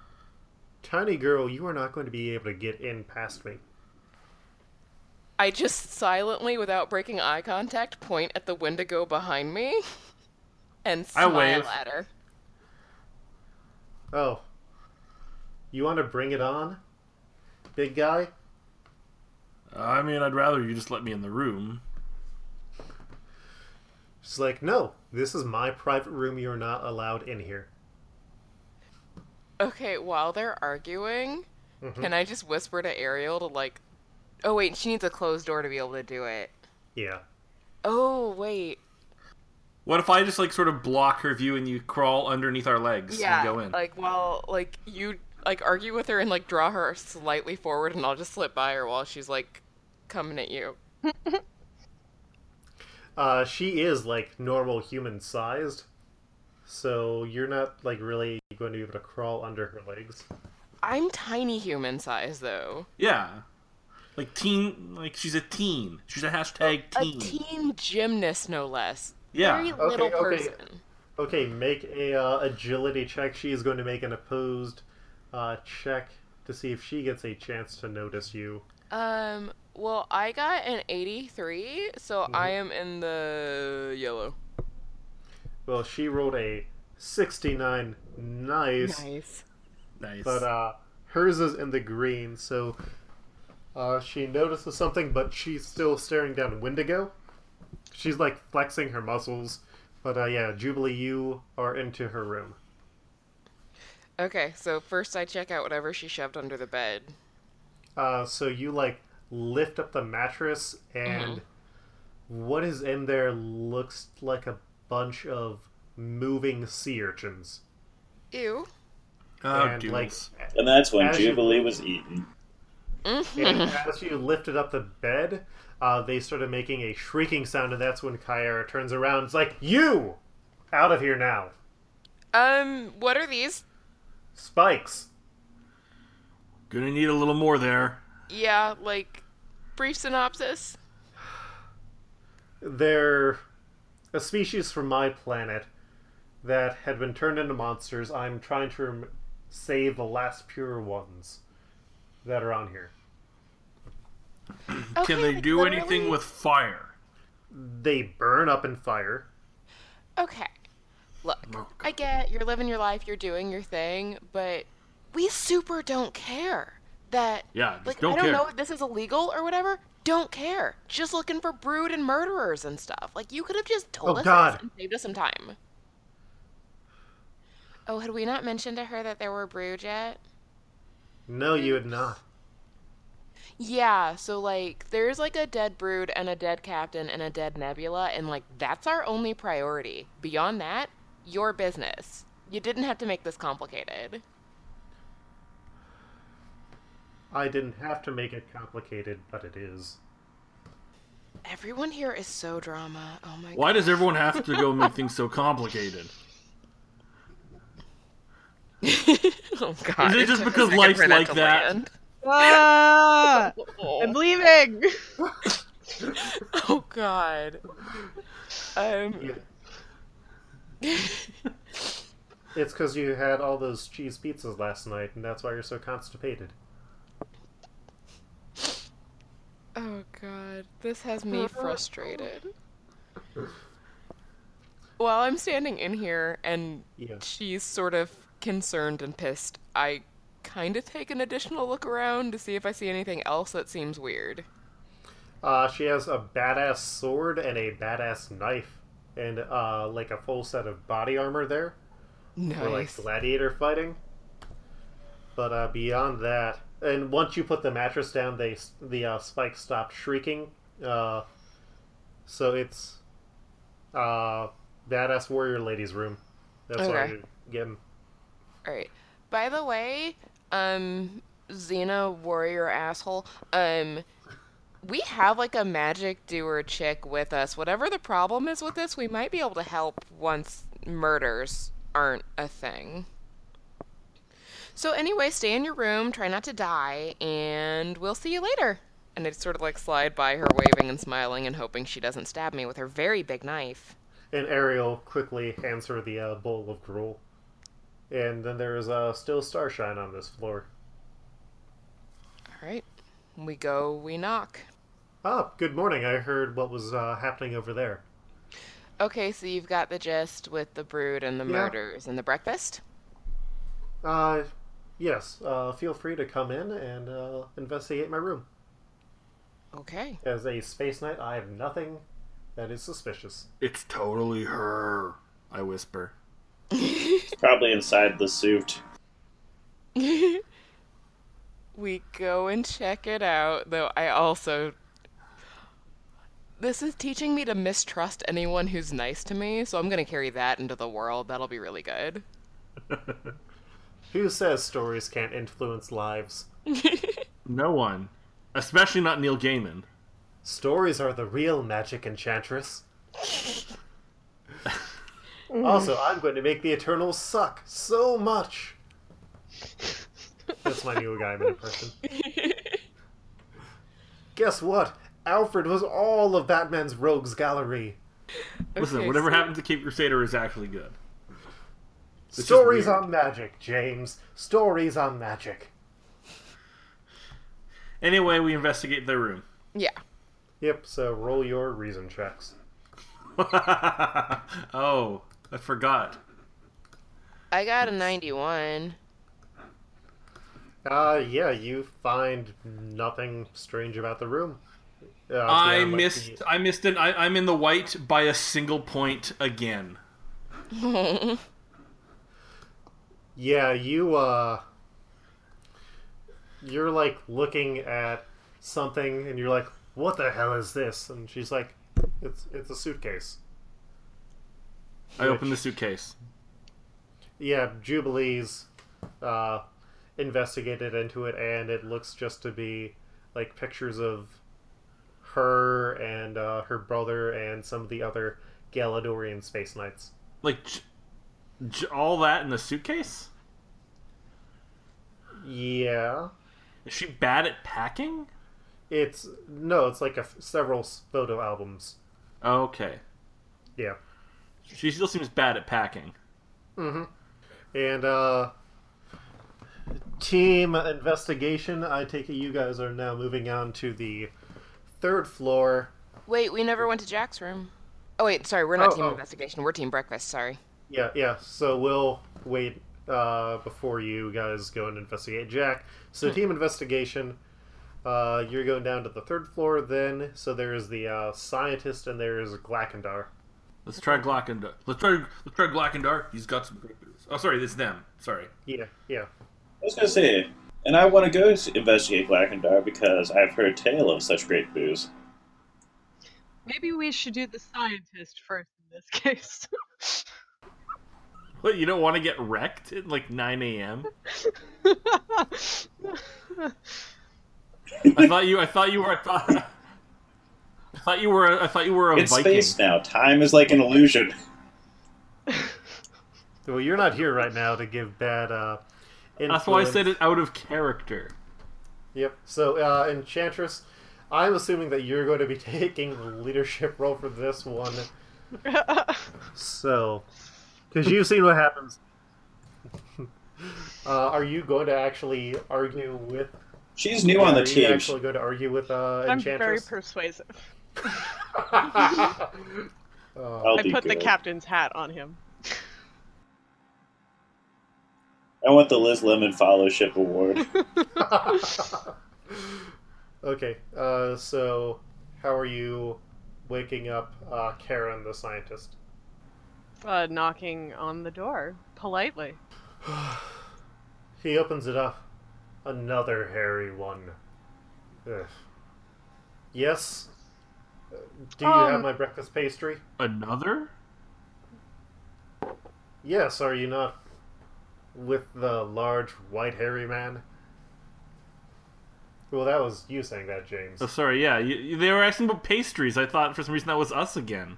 Speaker 1: Tiny girl, you are not going to be able to get in past me.
Speaker 3: I just silently, without breaking eye contact, point at the Wendigo behind me and
Speaker 2: I
Speaker 3: smile
Speaker 2: wave.
Speaker 3: at her.
Speaker 1: Oh. You want to bring it on? Big guy?
Speaker 2: I mean, I'd rather you just let me in the room.
Speaker 1: She's like, no, this is my private room. You're not allowed in here.
Speaker 3: Okay, while they're arguing,
Speaker 1: Mhm.
Speaker 2: Mm-hmm.
Speaker 3: can I just whisper to Ariel to like, oh wait, she needs a closed door to be able to do it.
Speaker 1: Yeah.
Speaker 3: Oh wait,
Speaker 2: What if I just like sort of block her view and you crawl underneath our legs
Speaker 3: yeah,
Speaker 2: and go in?
Speaker 3: like while like you like argue with her and like draw her slightly forward, and I'll just slip by her while she's like coming at you.
Speaker 1: Uh, she is like normal human sized, so you're not like really going to be able to crawl under her legs.
Speaker 3: I'm tiny human size though,
Speaker 2: yeah. Like teen, like she's a teen. She's a hashtag teen.
Speaker 3: a teen gymnast no less.
Speaker 2: Yeah.
Speaker 3: very little
Speaker 1: okay.
Speaker 3: person.
Speaker 1: Okay, make a uh, agility check. She is going to make an opposed uh, check to see if she gets a chance to notice you.
Speaker 3: Um, well, I got an 83, so
Speaker 2: Mm-hmm.
Speaker 3: I am in the yellow.
Speaker 1: Well, she rolled a 69. Nice.
Speaker 3: Nice.
Speaker 2: Nice.
Speaker 1: But uh, hers is in the green, so uh, she notices something, but she's still staring down Wendigo. She's like flexing her muscles. But uh, yeah, Jubilee, you are into her room.
Speaker 3: Okay, so first I check out whatever she shoved under the bed.
Speaker 1: Uh, so you like lift up the mattress, and what is in there looks like a bunch of moving sea urchins.
Speaker 3: Ew.
Speaker 2: oh,
Speaker 1: and like
Speaker 2: doodles.
Speaker 4: And that's when
Speaker 1: As you-
Speaker 4: Jubilee was eaten.
Speaker 1: And as you lifted up the bed, uh, they started making a shrieking sound, and that's when Kyra turns around. It's like, You! Out of here now.
Speaker 3: Um, what are these?
Speaker 1: Spikes.
Speaker 2: gonna need a little more there.
Speaker 3: Yeah, like, brief synopsis.
Speaker 1: They're a species from my planet that had been turned into monsters. I'm trying to rem- save the last pure ones that are on here.
Speaker 2: Can
Speaker 3: Okay,
Speaker 2: they
Speaker 3: like,
Speaker 2: do
Speaker 3: literally-
Speaker 2: anything with fire?
Speaker 1: They burn up in fire.
Speaker 3: Okay. Look,
Speaker 2: Oh,
Speaker 3: I get you're living your life, you're doing your thing, but we super don't care that.
Speaker 2: Yeah, just
Speaker 3: like
Speaker 2: don't
Speaker 3: I don't
Speaker 2: care.
Speaker 3: know if this is illegal or whatever. Don't care. Just looking for brood and murderers and stuff. Like you could have just told
Speaker 1: Oh,
Speaker 3: us
Speaker 1: God.
Speaker 3: this and saved us some time. Oh, had we not mentioned to her that there were brood yet?
Speaker 1: No, you would not.
Speaker 3: Yeah, so like there's like a dead brood and a dead captain and a dead nebula, and like that's our only priority. Beyond that, your business. You didn't have to make this complicated.
Speaker 1: I didn't have to make it complicated, but it is.
Speaker 3: Everyone here is so drama. Oh my
Speaker 2: Why does everyone have to go make things so complicated?
Speaker 3: god. oh god.
Speaker 2: Is it just because life's like that?
Speaker 5: Ah, I'm
Speaker 3: Oh,
Speaker 5: leaving.
Speaker 3: oh god. Um
Speaker 1: It's because you had all those cheese pizzas last night, and that's why you're so constipated.
Speaker 3: Oh god, this has me frustrated. While I'm standing in here and
Speaker 1: Yeah.
Speaker 3: she's sort of concerned and pissed, I kind of take an additional look around to see if I see anything else that seems weird.
Speaker 1: Uh, she has a badass sword and a badass knife, and uh, like a full set of body armor there for like
Speaker 3: Nice.
Speaker 1: gladiator fighting. But uh, beyond that, and once you put the mattress down, they s- the uh, spikes stopped shrieking. Uh, so it's uh, badass warrior lady's room. That's why
Speaker 3: Okay.
Speaker 1: you're getting.
Speaker 3: All right. By the way, um, Xena warrior asshole, um, we have like a magic doer chick with us. Whatever the problem is with this, we might be able to help once murders aren't a thing. So anyway, stay in your room, try not to die, and we'll see you later. And I sort of like slide by her, waving and smiling and hoping she doesn't stab me with her very big knife.
Speaker 1: And Ariel quickly hands her the uh, bowl of gruel. And then there is uh, still starshine on this floor.
Speaker 3: All right. We go, we knock.
Speaker 1: Ah, good morning. I heard what was uh, happening over there.
Speaker 3: Okay, so you've got the gist with the brood and the
Speaker 1: Yeah.
Speaker 3: murders and the breakfast.
Speaker 1: Uh, yes. Uh, feel free to come in and uh, investigate my room.
Speaker 3: Okay.
Speaker 1: As a space knight, I have nothing that is suspicious.
Speaker 2: It's totally her.
Speaker 6: I whisper.
Speaker 4: Probably inside the suit.
Speaker 3: we go and check it out, though I also. This is teaching me to mistrust anyone who's nice to me, so I'm gonna carry that into the world. That'll be really good.
Speaker 1: Who says stories can't influence lives?
Speaker 6: No one.
Speaker 2: Especially not Neil Gaiman.
Speaker 1: Stories are the real magic enchantress. also, I'm going to make the Eternals suck so much. That's my new guy impression. Guess what? Alfred was all of Batman's rogues gallery.
Speaker 2: Listen,
Speaker 3: Okay,
Speaker 2: whatever
Speaker 3: so-
Speaker 2: happened to Cape Crusader is actually good. just
Speaker 1: Stories
Speaker 2: weird.
Speaker 1: on magic, James. Stories on magic.
Speaker 2: Anyway, we investigate their room.
Speaker 3: Yeah.
Speaker 1: Yep, so roll your reason checks.
Speaker 2: oh, I forgot.
Speaker 3: I got a 91.
Speaker 1: Uh, yeah, you find nothing strange about the room. Uh,
Speaker 2: I
Speaker 1: beyond, like,
Speaker 2: missed.
Speaker 1: the-
Speaker 2: I missed an. I, I'm in the white by a single point again.
Speaker 1: Yeah, you uh you're like looking at something and you're like, "What the hell is this?" And she's like, "It's it's a suitcase."
Speaker 2: I opened the suitcase.
Speaker 1: Yeah, Jubilee's uh investigated into it and it looks just to be like pictures of her and uh, her brother and some of the other Galadorian space knights.
Speaker 2: Like, j- j- all that in the suitcase.
Speaker 1: Yeah.
Speaker 2: Is she bad at packing?
Speaker 1: It's no, it's like a, several s- photo albums.
Speaker 2: Okay.
Speaker 1: Yeah.
Speaker 2: She still seems bad at packing.
Speaker 1: Mm-hmm. And uh team investigation, I take it you guys are now moving on to the third floor.
Speaker 3: Wait, we never went to Jack's room. Oh, wait, sorry, we're not
Speaker 1: Oh,
Speaker 3: team
Speaker 1: oh.
Speaker 3: investigation, we're team breakfast, sorry.
Speaker 1: Yeah, yeah. So we'll wait uh before you guys go and investigate Jack.
Speaker 2: Hmm.
Speaker 1: So team investigation uh, you're going down to the third floor then, so there is the uh, scientist and there is Glackendar.
Speaker 2: Let's try Glockendar. Let's try. Let's try Glockendar. He's got some papers. Oh, sorry, it's them. Sorry.
Speaker 1: Yeah, yeah.
Speaker 4: I was gonna say, and I want to go s- investigate Blackendar because I've heard tale of such great booze.
Speaker 5: Maybe we should do the scientist first in this case.
Speaker 2: What? You don't want to get wrecked at like 9 a.m. I thought you. I thought you were. I thought, I thought you were. I thought you were a
Speaker 4: it's
Speaker 2: Viking.
Speaker 4: space now. Time is like an illusion.
Speaker 1: Well, you're not here right now to give bad uh
Speaker 2: That's why I
Speaker 1: influence.
Speaker 2: said it out of character.
Speaker 1: Yep. So, uh, Enchantress, I'm assuming that you're going to be taking the leadership role for this one. So, because you've seen what happens. uh, are you going to actually argue with?
Speaker 4: She's new on the
Speaker 1: are
Speaker 4: team.
Speaker 1: you actually going to argue with uh,
Speaker 5: I'm very
Speaker 1: Enchantress?
Speaker 5: persuasive.
Speaker 1: uh,
Speaker 4: I'll
Speaker 5: I
Speaker 4: be
Speaker 5: put the
Speaker 4: good.
Speaker 5: captain's hat on him.
Speaker 4: I want the Liz Lemon Fellowship Award.
Speaker 1: Oh. okay. Uh, so, how are you waking up uh, Karen, the scientist?
Speaker 5: Uh, knocking on the door politely.
Speaker 1: He opens it up. Another hairy one. Ugh. Yes? Uh, Do you have
Speaker 5: Um,
Speaker 1: my breakfast pastry?
Speaker 2: Another?
Speaker 1: Yes, are you not with the large white hairy man? Well, that was you saying that, James.
Speaker 2: Oh, sorry. Yeah, you, you- they were asking about pastries. I thought for some reason that was us again.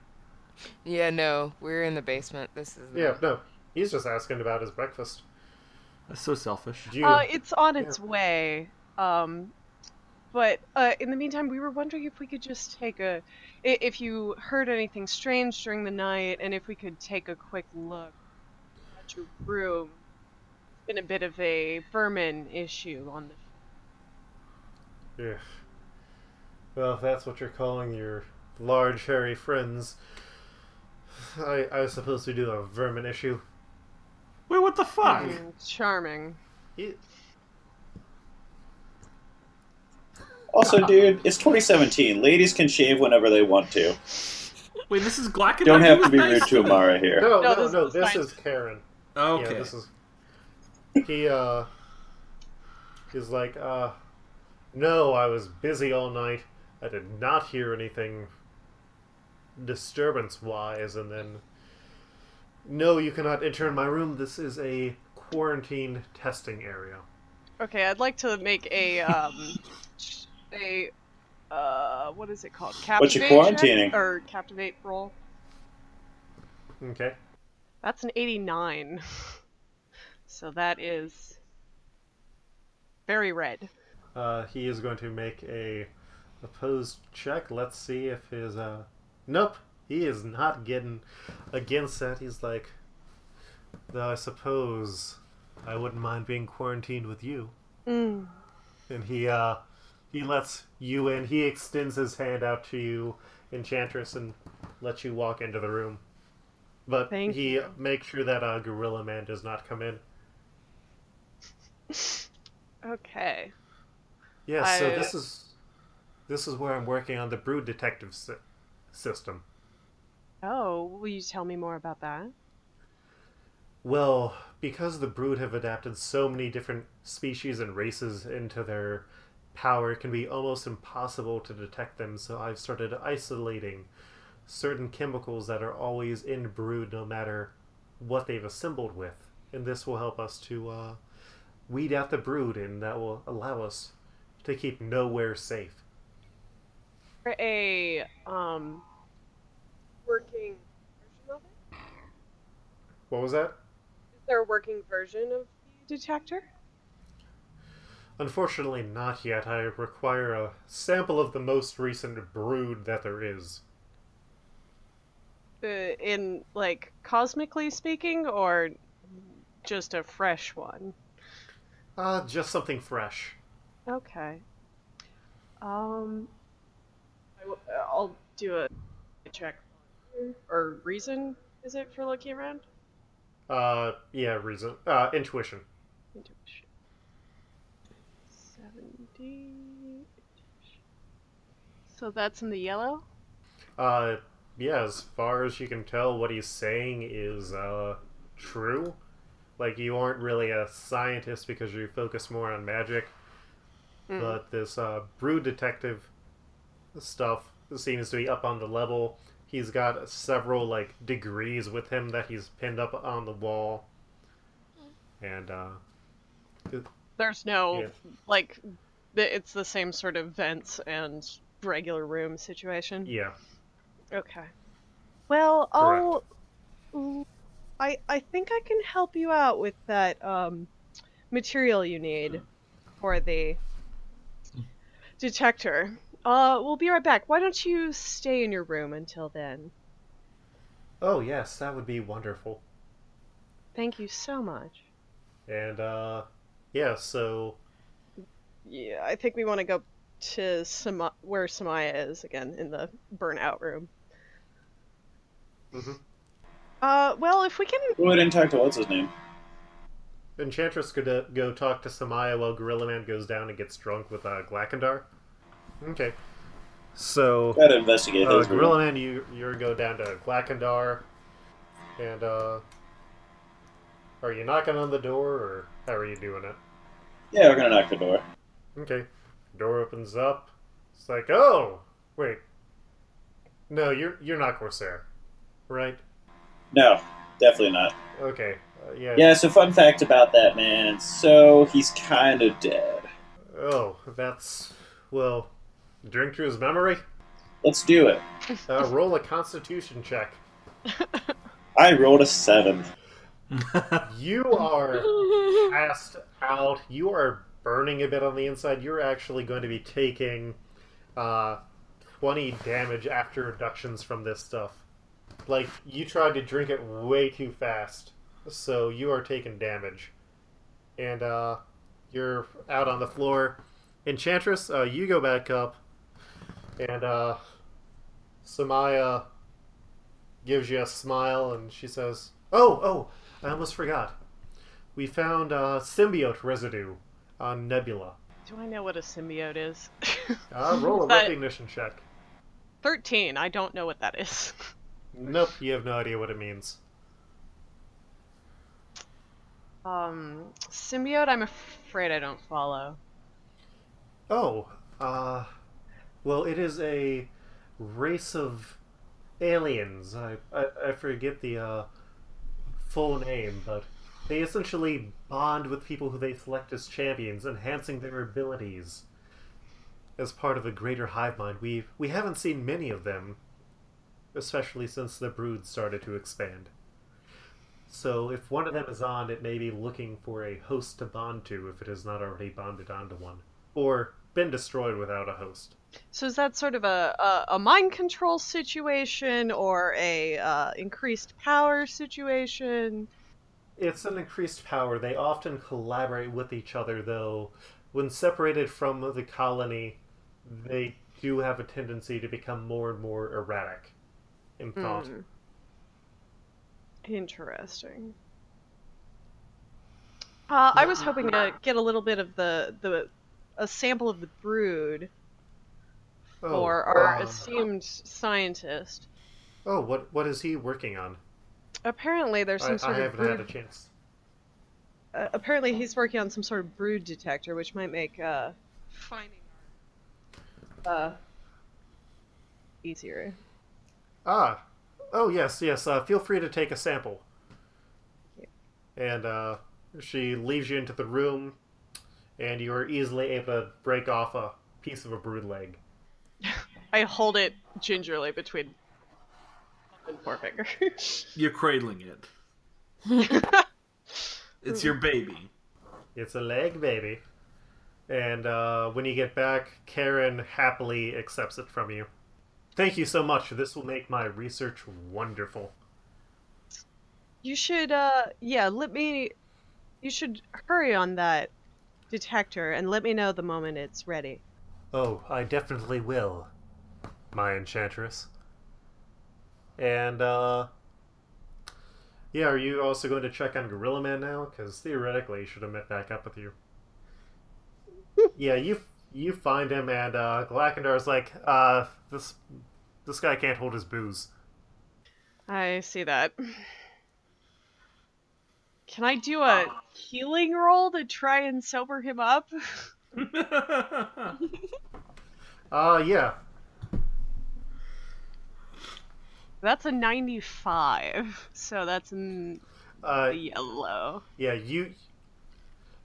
Speaker 3: Yeah, no, we're in the basement. This is the-
Speaker 1: Yeah, no. He's just asking about his breakfast.
Speaker 2: That's so selfish.
Speaker 1: Do you-
Speaker 5: Uh, it's on its way. Um, but uh, in the meantime, we were wondering if we could just take a, i- if you heard anything strange during the night, and if we could take a quick look at your room. It's been a bit of a vermin issue on the.
Speaker 1: Ugh. Well, if that's what you're calling your large hairy friends, I, I suppose we do have a vermin issue.
Speaker 2: Wait, what the fuck?
Speaker 1: Mm-hmm.
Speaker 5: Mm, charming.
Speaker 1: You-
Speaker 4: Also, dude, it's 2017. Ladies can shave whenever they want to.
Speaker 2: Wait, this is Glack and
Speaker 4: Don't
Speaker 2: Ducky
Speaker 4: have to
Speaker 2: was
Speaker 4: be
Speaker 2: nice
Speaker 4: rude to Amara here.
Speaker 1: no,
Speaker 5: No,
Speaker 1: no, no,
Speaker 5: this is
Speaker 1: this
Speaker 5: fine.
Speaker 1: is Karen.
Speaker 2: Okay.
Speaker 1: Yeah, this is. He, uh. He's like, uh. No, I was busy all night. I did not hear anything disturbance wise, and then. No, you cannot enter in my room. This is a quarantined testing area.
Speaker 5: Okay, I'd like to make a um a uh what is it called?
Speaker 4: What you
Speaker 5: Captivate check?
Speaker 4: quarantining?
Speaker 5: or captivate roll.
Speaker 1: Okay.
Speaker 5: That's an 89. so that is very red.
Speaker 1: Uh, he is going to make a opposed check. Let's see if his uh Nope. He is not getting against that. He's like though I suppose I wouldn't mind being quarantined with you.
Speaker 5: Mm.
Speaker 1: And he uh he lets you in. He extends his hand out to you, Enchantress, and lets you walk into the room. But
Speaker 5: Thank
Speaker 1: he
Speaker 5: you.
Speaker 1: makes sure that uh, Gorilla Man does not come in.
Speaker 5: Okay.
Speaker 1: Yeah, so
Speaker 5: I-
Speaker 1: this is this is where I'm working on the brood detective sy- system.
Speaker 5: Oh, will you tell me more about that?
Speaker 1: Well, because the brood have adapted so many different species and races into their power, it can be almost impossible to detect them, so I've started isolating certain chemicals that are always in brood no matter what they've assembled with. And this will help us to uh, weed out the brood, and that will allow us to keep nowhere safe.
Speaker 5: For a um working version of it?
Speaker 1: What was that?
Speaker 5: Is there a working version of the detector?
Speaker 1: Unfortunately, not yet. I require a sample of the most recent brood that there is.
Speaker 5: Uh, in like cosmically speaking or just a fresh one?
Speaker 1: Ah, just something fresh.
Speaker 5: Okay. Um, I w- uh, I'll do a check or reason. Is it for looking around?
Speaker 1: Uh, yeah, reason. Uh, intuition.
Speaker 5: Intuition. Seventy. So that's in the yellow.
Speaker 1: Uh, yeah, as far as you can tell, what he's saying is, uh, true. Like, you aren't really a scientist because you focus more on magic,
Speaker 5: Mm.
Speaker 1: but this, uh, brew detective stuff seems to be up on the level. He's got several, like, degrees with him that he's pinned up on the wall. And, uh,
Speaker 5: There's no
Speaker 1: Yeah.
Speaker 5: like. th- It's the same sort of vents and regular room situation.
Speaker 1: yeah.
Speaker 5: Okay. Well,
Speaker 1: Correct.
Speaker 5: I'll. I I think I can help you out with that um, material you need for the detector. Uh, we'll be right back. Why don't you stay in your room until then?
Speaker 1: Oh, yes, that would be wonderful.
Speaker 5: Thank you so much.
Speaker 1: And, uh, yeah, so,
Speaker 5: Yeah, I think we want to go to Sama- where Samaya is again in the burnout room.
Speaker 1: Mhm.
Speaker 5: Uh, well, if we can
Speaker 4: Go ahead and talk to what's his name.
Speaker 1: Enchantress could uh, go talk to Samaya while Gorilla Man goes down and gets drunk with uh, Glackendar. Okay. So,
Speaker 4: Gotta investigate
Speaker 1: uh,
Speaker 4: his room.
Speaker 1: Gorilla Man, you you go down to Glackendar, and uh, are you knocking on the door or how are you doing it?
Speaker 4: Yeah, we're gonna knock the door.
Speaker 1: Okay. Door opens up. It's like, oh, wait. No, you're you're not Corsair, right?
Speaker 4: No, definitely not.
Speaker 1: Okay. Uh, yeah.
Speaker 4: Yeah, so fun fact about that man. So he's kind of dead.
Speaker 1: Oh, that's well. Drink to his memory.
Speaker 4: Let's do it.
Speaker 1: Uh, roll a Constitution check.
Speaker 4: I rolled a seven.
Speaker 1: You are passed out. You are burning a bit on the inside. You're actually going to be taking uh, 20 damage after reductions from this stuff. Like, you tried to drink it way too fast, so you are taking damage. And uh, you're out on the floor. Enchantress, uh, you go back up, and uh, Samaya gives you a smile, and she says, "Oh, oh, I almost forgot. We found uh, symbiote residue on Nebula.
Speaker 5: Do I know what a symbiote is?
Speaker 1: Uh, roll a
Speaker 5: But-
Speaker 1: recognition check.
Speaker 5: 13. I don't know what that is.
Speaker 1: Nope, you have no idea what it means.
Speaker 5: Um, symbiote, I'm afraid I don't follow.
Speaker 1: Oh, uh, well, it is a race of aliens. I, I, I forget the uh, full name, but they essentially bond with people who they select as champions, enhancing their abilities as part of a greater hive mind. We we haven't seen many of them, especially since the brood started to expand. So if one of them is on, it may be looking for a host to bond to if it has not already bonded onto one or been destroyed without a host.
Speaker 5: So is that sort of a, a, a mind control situation or a uh, increased power situation?
Speaker 1: It's an increased power. They often collaborate with each other, though. When separated from the colony, they do have a tendency to become more and more erratic in thought.
Speaker 5: Hmm. Interesting. Uh, I was hoping to get a little bit of the, the a sample of the brood
Speaker 1: Oh,
Speaker 5: for our
Speaker 1: um,
Speaker 5: esteemed scientist.
Speaker 1: oh, what what is he working on?
Speaker 5: Apparently, there's some
Speaker 1: I,
Speaker 5: sort
Speaker 1: I
Speaker 5: of
Speaker 1: haven't had
Speaker 5: brood
Speaker 1: a chance.
Speaker 5: uh, apparently he's working on some sort of brood detector, which might make uh, finding uh, easier.
Speaker 1: Ah, oh yes, yes. Uh, feel free to take a sample. And uh, she leaves you into the room, and you are easily able to break off a piece of a brood leg.
Speaker 5: I hold it gingerly between and forefinger.
Speaker 2: You're cradling it. It's your baby.
Speaker 1: It's a leg, baby. And uh, when you get back, Karen happily accepts it from you. Thank you so much. This will make my research wonderful.
Speaker 5: you should, uh, yeah, let me. You should hurry on that detector and let me know the moment it's ready.
Speaker 1: Oh, I definitely will, my enchantress. And, uh. Yeah, are you also going to check on Gorilla Man now? Because theoretically, he should have met back up with you. yeah, you you find him, and uh, Glackendar's like, uh, this this guy can't hold his booze.
Speaker 5: I see that. Can I do a healing roll to try and sober him up?
Speaker 1: Uh, yeah,
Speaker 5: That's a 95, so that's in
Speaker 1: uh,
Speaker 5: the yellow.
Speaker 1: Yeah, you.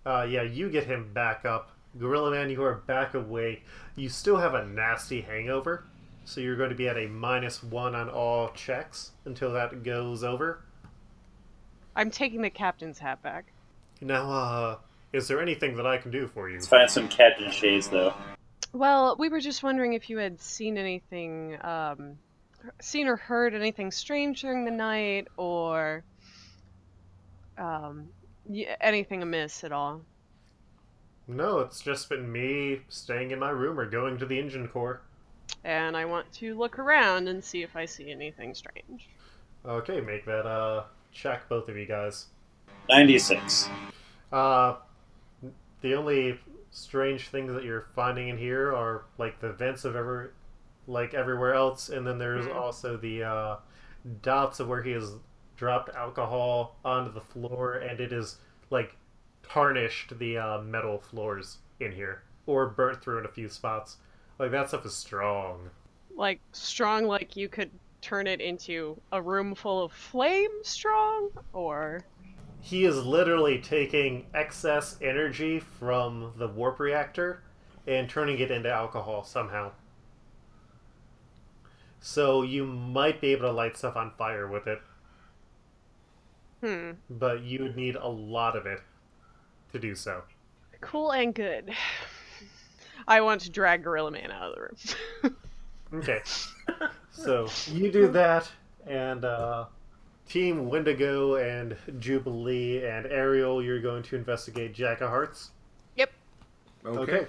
Speaker 1: Uh, yeah, you get him back up. Gorilla Man, you are back awake. You still have a nasty hangover, so you're going to be at a minus one on all checks until that goes over.
Speaker 5: I'm taking the captain's hat back.
Speaker 1: Now, uh, is there anything that I can do for you?
Speaker 4: Let's find some Captain Shays, though.
Speaker 5: Well, we were just wondering if you had seen anything, um, seen or heard anything strange during the night, or um, y- anything amiss at all.
Speaker 1: No, it's just been me staying in my room or going to the engine core.
Speaker 5: And I want to look around and see if I see anything strange.
Speaker 1: Okay, make that uh check, both of you guys.
Speaker 4: 96.
Speaker 1: Uh, the only strange things that you're finding in here are like the vents of ever, like everywhere else, and then there's
Speaker 5: Mhm.
Speaker 1: also the uh, dots of where he has dropped alcohol onto the floor, and it is like tarnished the uh, metal floors in here or burnt through in a few spots. Like that stuff is strong.
Speaker 5: Like, strong, like you could turn it into a room full of flame strong, or.
Speaker 1: he is literally taking excess energy from the warp reactor and turning it into alcohol somehow. So you might be able to light stuff on fire with it,
Speaker 5: Hmm.
Speaker 1: but you would need a lot of it to do so.
Speaker 5: Cool and good. I want to drag Gorilla Man out of the room.
Speaker 1: Okay. so you do that, and uh, Team Wendigo and Jubilee and Ariel, you're going to investigate Jack of Hearts.
Speaker 3: Yep.
Speaker 1: Okay.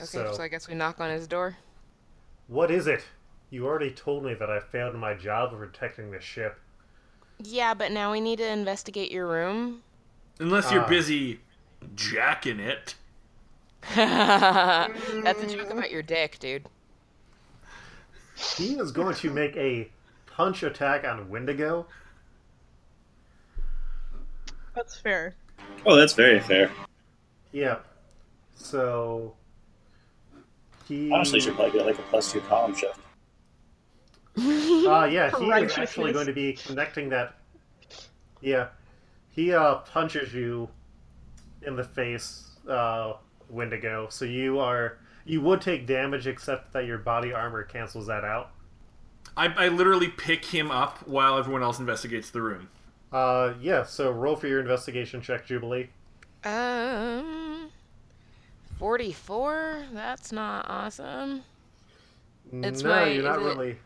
Speaker 3: Okay,
Speaker 1: so,
Speaker 3: so. I guess we knock on his door.
Speaker 1: what is it? You already told me that I failed in my job of protecting the ship.
Speaker 3: Yeah, but now we need to investigate your room.
Speaker 2: Unless you're
Speaker 1: Ah.
Speaker 2: busy jacking it.
Speaker 3: That's a joke about your dick, dude.
Speaker 1: He is going to make a punch attack on Wendigo.
Speaker 5: That's fair.
Speaker 4: Oh, that's very fair.
Speaker 1: Yep. So he
Speaker 4: Honestly, should probably get like a plus two column shift.
Speaker 1: Uh, yeah, he is actually
Speaker 5: Righteousness.
Speaker 1: going to be connecting that. Yeah, he uh, punches you in the face, uh, Wendigo. So you are you would take damage, except that your body armor cancels that out.
Speaker 2: I, I literally pick him up while everyone else investigates the room.
Speaker 1: Uh, yeah. So roll for your investigation check, Jubilee.
Speaker 3: Um, 44? That's not awesome. It's
Speaker 1: no,
Speaker 3: my-
Speaker 1: you're not
Speaker 3: is it-
Speaker 1: really.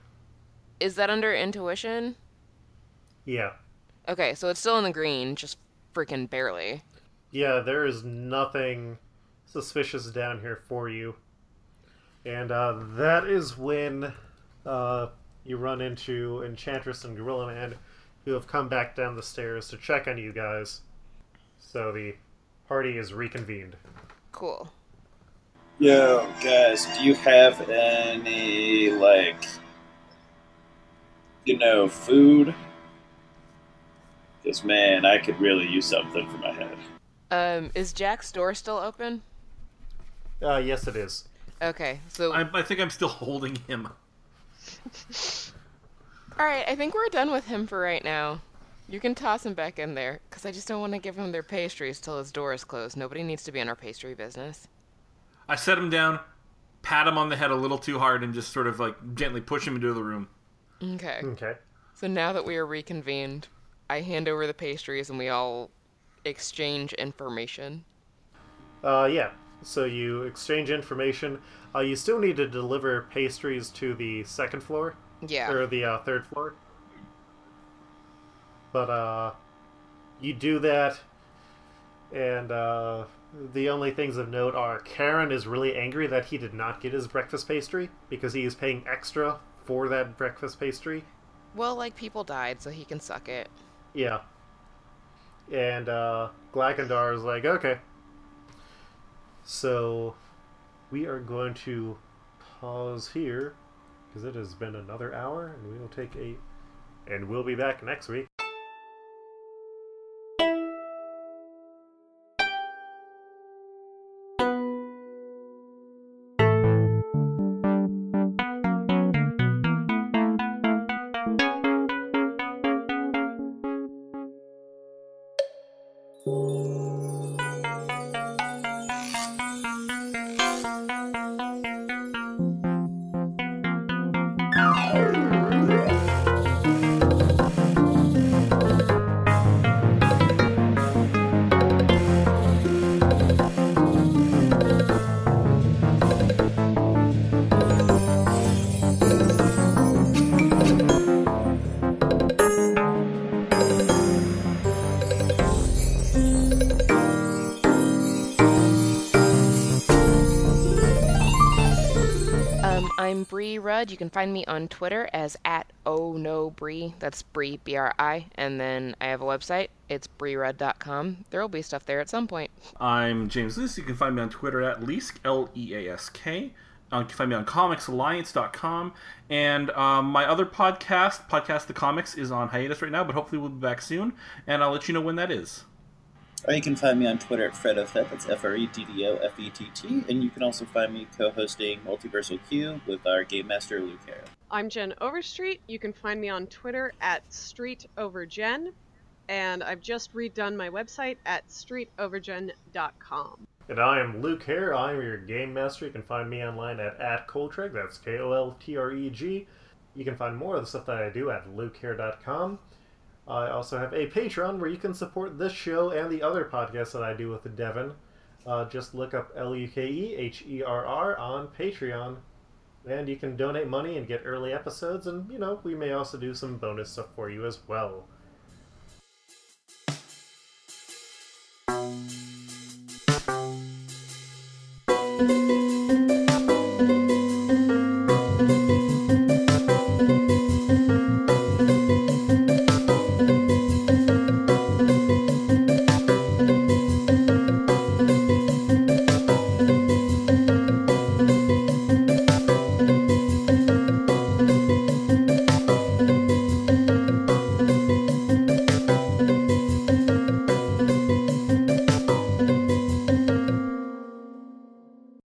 Speaker 3: Is that under intuition?
Speaker 1: Yeah,
Speaker 3: Okay, so it's still in the green, just freaking barely.
Speaker 1: yeah. There is nothing suspicious down here for you, and uh, that is when uh, you run into Enchantress and Gorilla Man, who have come back down the stairs to check on you guys. So the party is reconvened.
Speaker 3: Cool.
Speaker 4: Yo, guys, do you have any, like, you know, food? Because, man, I could really use something for my head.
Speaker 3: Um, is Jack's door still open?
Speaker 1: Uh, yes, it is.
Speaker 3: Okay, so.
Speaker 2: I, I think I'm still holding him.
Speaker 3: Alright, I think we're done with him for right now. You can toss him back in there, because I just don't want to give him their pastries till his door is closed. Nobody needs to be in our pastry business.
Speaker 2: I set him down, pat him on the head a little too hard, and just sort of like gently push him into the room.
Speaker 3: Okay.
Speaker 1: Okay.
Speaker 3: So now that we are reconvened, I hand over the pastries and we all exchange information.
Speaker 1: Uh, yeah. So you exchange information. Uh, you still need to deliver pastries to the second floor.
Speaker 3: Yeah.
Speaker 1: or the uh, third floor. But uh, you do that, and uh, the only things of note are Karen is really angry that he did not get his breakfast pastry because he is paying extra for that breakfast pastry.
Speaker 3: Well, like people died, so he can suck it.
Speaker 1: Yeah. And uh, Glackendar is like, okay. So we are going to pause here because it has been another hour, and we will take a. And we'll be back next week.
Speaker 3: Um, I'm Bree Rudd. You can find me on Twitter as at oh no Bree. That's Bree B R I. And then I have a website. It's BreeRudd.com. There will be stuff there at some point.
Speaker 2: I'm James Leask. You can find me on Twitter at Leask, L E A S K. Uh, you can find me on comicsalliance.com. And um, my other podcast, Podcast the Comics, is on hiatus right now, but hopefully we'll be back soon. And I'll let you know when that is.
Speaker 4: Or you can find me on Twitter at FredoFett, that's F R E D D O F E T T, and you can also find me co hosting Multiversal Q with our game master, Luke Harris.
Speaker 5: I'm Jen Overstreet. You can find me on Twitter at Street Over Jen, and I've just redone my website at streetovergen.com.
Speaker 1: And I am Luke here. I am your game master. You can find me online at, at Coltreg. That's K O L T R E G. You can find more of the stuff that I do at lukehair.com. I also have a Patreon where you can support this show and the other podcasts that I do with Devin. Uh, just look up L U K E H E R R on Patreon. And you can donate money and get early episodes, and you know, we may also do some bonus stuff for you as well.